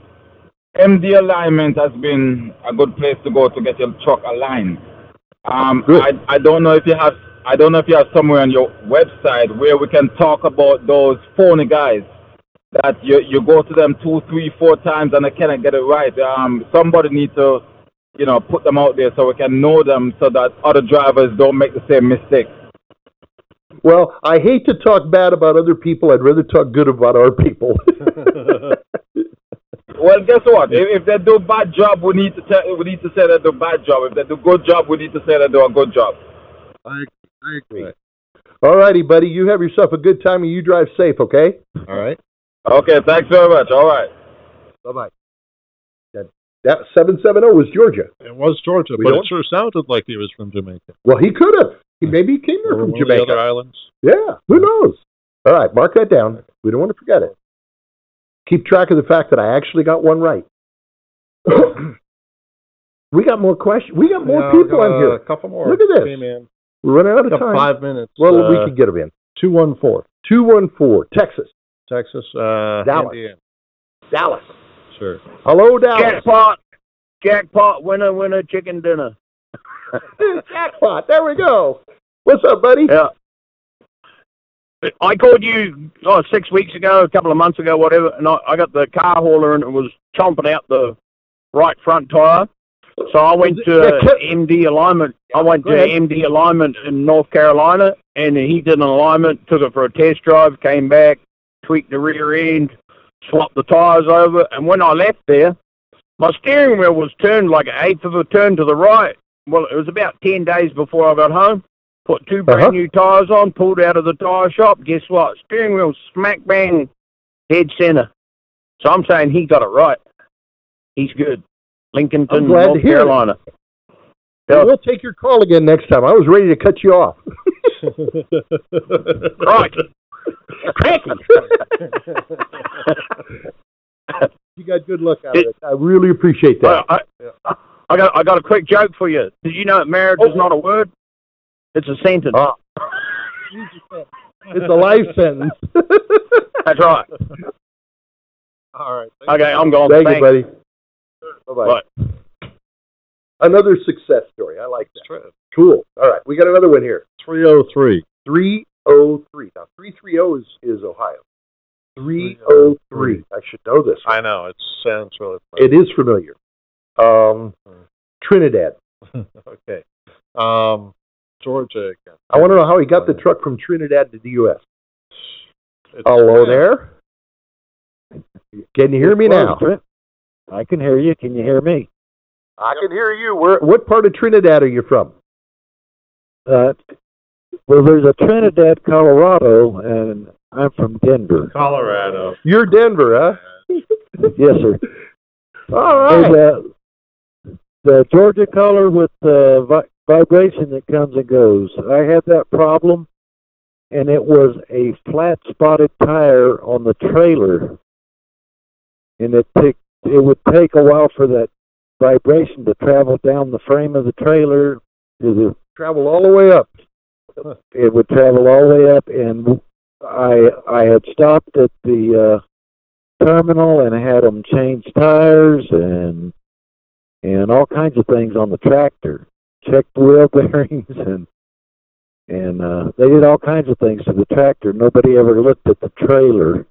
Speaker 12: MD alignment has been a good place to go to get your truck aligned. Um,
Speaker 2: Good.
Speaker 12: I, I don't know if you have I don't know if you have somewhere on your website where we can talk about those phony guys that you you go to them two, three, four times and they cannot get it right. Um, somebody needs to you know put them out there so we can know them so that other drivers don't make the same mistake.
Speaker 2: Well, I hate to talk bad about other people. I'd rather talk good about our people.
Speaker 12: Well, guess what? If, if they do bad job, we need to tell, we need to say they do bad job. If they do good job, we need to say they do a good job.
Speaker 3: I agree.
Speaker 2: All righty, buddy. You have yourself a good time and you drive safe, okay?
Speaker 3: All right.
Speaker 12: Okay, thanks very much. All right.
Speaker 2: Bye bye. That, that 770 was Georgia.
Speaker 3: It was Georgia,
Speaker 2: We
Speaker 3: but
Speaker 2: don't-
Speaker 3: it sure sounded like he was from Jamaica.
Speaker 2: Well, he could have. He maybe he came there
Speaker 3: Or
Speaker 2: from
Speaker 3: Hmm. one of the other
Speaker 2: Jamaica.
Speaker 3: islands.
Speaker 2: Yeah, who knows? All right, mark that down. We don't want to forget it. Keep track of the fact that I actually got one right. we got more questions. We got more
Speaker 3: Yeah, we
Speaker 2: people
Speaker 3: got
Speaker 2: on here.
Speaker 3: A couple more.
Speaker 2: Look at this.
Speaker 3: Came in.
Speaker 2: We're running out of
Speaker 3: Got
Speaker 2: time.
Speaker 3: five minutes.
Speaker 2: well, we
Speaker 3: uh,
Speaker 2: can get them in.
Speaker 3: 214,
Speaker 2: 214, Texas,
Speaker 3: Texas, uh,
Speaker 2: Dallas.
Speaker 3: Indiana.
Speaker 2: Dallas.
Speaker 3: Sure.
Speaker 2: Hello, Dallas.
Speaker 13: Jackpot! Jackpot! Winner, winner, chicken dinner.
Speaker 2: Jackpot. There we go. What's up, buddy?
Speaker 7: Yeah. I called you oh, six weeks ago, a couple of months ago, whatever, and I, I got the car hauler and it was chomping out the right front tire. So I went to uh, MD alignment. I went to
Speaker 11: Go ahead.
Speaker 7: MD alignment in North Carolina, and he did an alignment, took it for a test drive, came back, tweaked the rear end, swapped the tires over, and when I left there, my steering wheel was turned like an eighth of a turn to the right. Well, it was about ten days before I got home. Put two brand
Speaker 6: Uh-huh.
Speaker 7: new tires on, pulled out of the tire shop. Guess what? Steering wheel smack bang, dead center. So I'm saying he got it right. He's good. Lincoln,
Speaker 2: I'm glad
Speaker 7: North
Speaker 2: to hear it.
Speaker 7: Carolina.
Speaker 2: Hey, We'll take your call again next time. I was ready to cut you off.
Speaker 7: right. Cranky.
Speaker 3: you got good luck out of it.
Speaker 2: I really appreciate that.
Speaker 7: I, I, I got I got a quick joke for you. Did you know that marriage
Speaker 3: Oh.
Speaker 7: is not a word? It's a sentence.
Speaker 3: Ah.
Speaker 2: It's a life sentence.
Speaker 7: That's right.
Speaker 3: All right.
Speaker 7: Okay, I'm going.
Speaker 2: Thank
Speaker 7: Thanks.
Speaker 2: you, buddy. Bye bye. Another success story. I like that. Cool. oh All right, we got another one here.
Speaker 3: 303.
Speaker 2: 303. Now, 330 is, is Ohio. 303. I should know this.
Speaker 3: I know. It sounds really
Speaker 2: It is familiar. Um, Trinidad.
Speaker 3: Okay. Um, Georgia again.
Speaker 2: I want to know how he got the truck from Trinidad to the U.S.
Speaker 3: It's-
Speaker 2: Hello there. Can you hear me
Speaker 9: Well,
Speaker 2: now?
Speaker 9: Trent, I can hear you. Can you hear me?
Speaker 2: I can hear you. Where? What part of Trinidad are you from?
Speaker 9: Uh, well, there's a Trinidad, Colorado, and I'm from Denver.
Speaker 3: Colorado.
Speaker 2: You're Denver,
Speaker 9: yes, sir.
Speaker 2: huh? All right.
Speaker 9: There's a- the Georgia color with the vi- vibration that comes and goes. I had that problem, and it was a flat spotted tire on the trailer, and it took it would take a while for that vibration to travel down the frame of the trailer to
Speaker 2: mm-hmm.
Speaker 9: the
Speaker 2: Travel all the way up.
Speaker 9: it would travel all the way up and i i had stopped at the uh terminal and had them change tires and and all kinds of things on the tractor checked wheel bearings and and uh they did all kinds of things to the tractor nobody ever looked at the trailer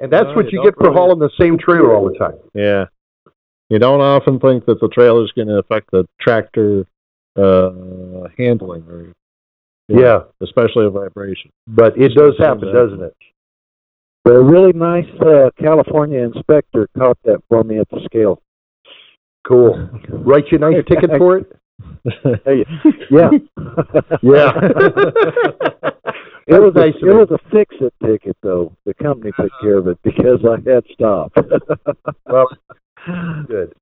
Speaker 2: And that's
Speaker 9: No,
Speaker 2: what
Speaker 9: you
Speaker 2: you get for
Speaker 9: don't
Speaker 2: hauling the same trailer all the time.
Speaker 3: Yeah. You don't often think that the trailer's going to affect the tractor uh, handling, or you know, especially a vibration.
Speaker 2: But it does happen,
Speaker 3: Sometimes
Speaker 2: doesn't it?
Speaker 9: but a really nice uh california inspector caught that for me at the scale
Speaker 2: Cool. Write you a nice ticket for it.
Speaker 9: yeah
Speaker 2: Yeah.
Speaker 9: It was
Speaker 2: nice
Speaker 9: a, it was a fix it ticket though. The company took care of it because I had stopped.
Speaker 2: well, good.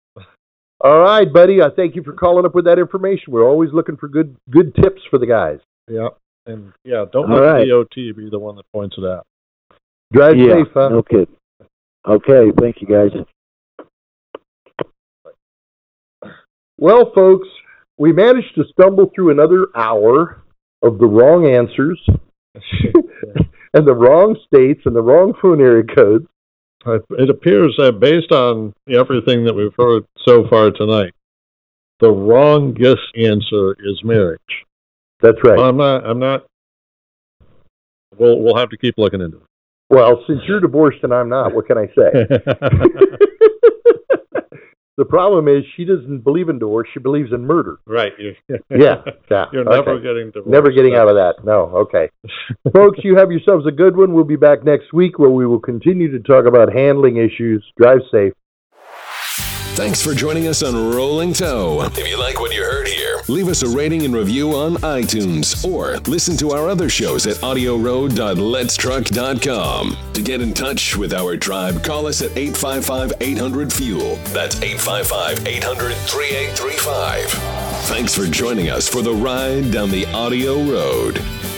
Speaker 2: All right, buddy. I thank you for calling up with that information. We're always looking for good good tips for the guys.
Speaker 3: Yeah. And yeah, don't
Speaker 2: All
Speaker 3: let
Speaker 2: right.
Speaker 3: DOT be the one that points it out.
Speaker 2: Drive
Speaker 9: yeah,
Speaker 2: safe, huh?
Speaker 9: No kidding. Okay, thank you guys.
Speaker 2: Well, folks, we managed to stumble through another hour of the wrong answers and the wrong states and the wrong phone area codes.
Speaker 3: Uh, It appears that based on everything that we've heard so far tonight, the wrongest answer is marriage.
Speaker 2: That's right.
Speaker 3: I'm not. I'm not. We'll we'll have to keep looking into it.
Speaker 2: Well, since you're divorced and I'm not, what can I say? the problem is she doesn't believe in divorce. She believes in murder.
Speaker 3: Right. You,
Speaker 2: Yeah, yeah.
Speaker 3: You're never
Speaker 2: okay.
Speaker 3: getting divorced.
Speaker 2: Never getting out of that. No. Okay. Folks, you have yourselves a good one. We'll be back next week where we will continue to talk about handling issues. Drive safe.
Speaker 1: Thanks for joining us on Rolling Toe. If you like what you heard here, leave us a rating and review on iTunes or listen to our other shows at audioroad.letstruck.com. To get in touch with our tribe, call us at 855 800 Fuel. That's 855 800 3835. Thanks for joining us for the ride down the audio road.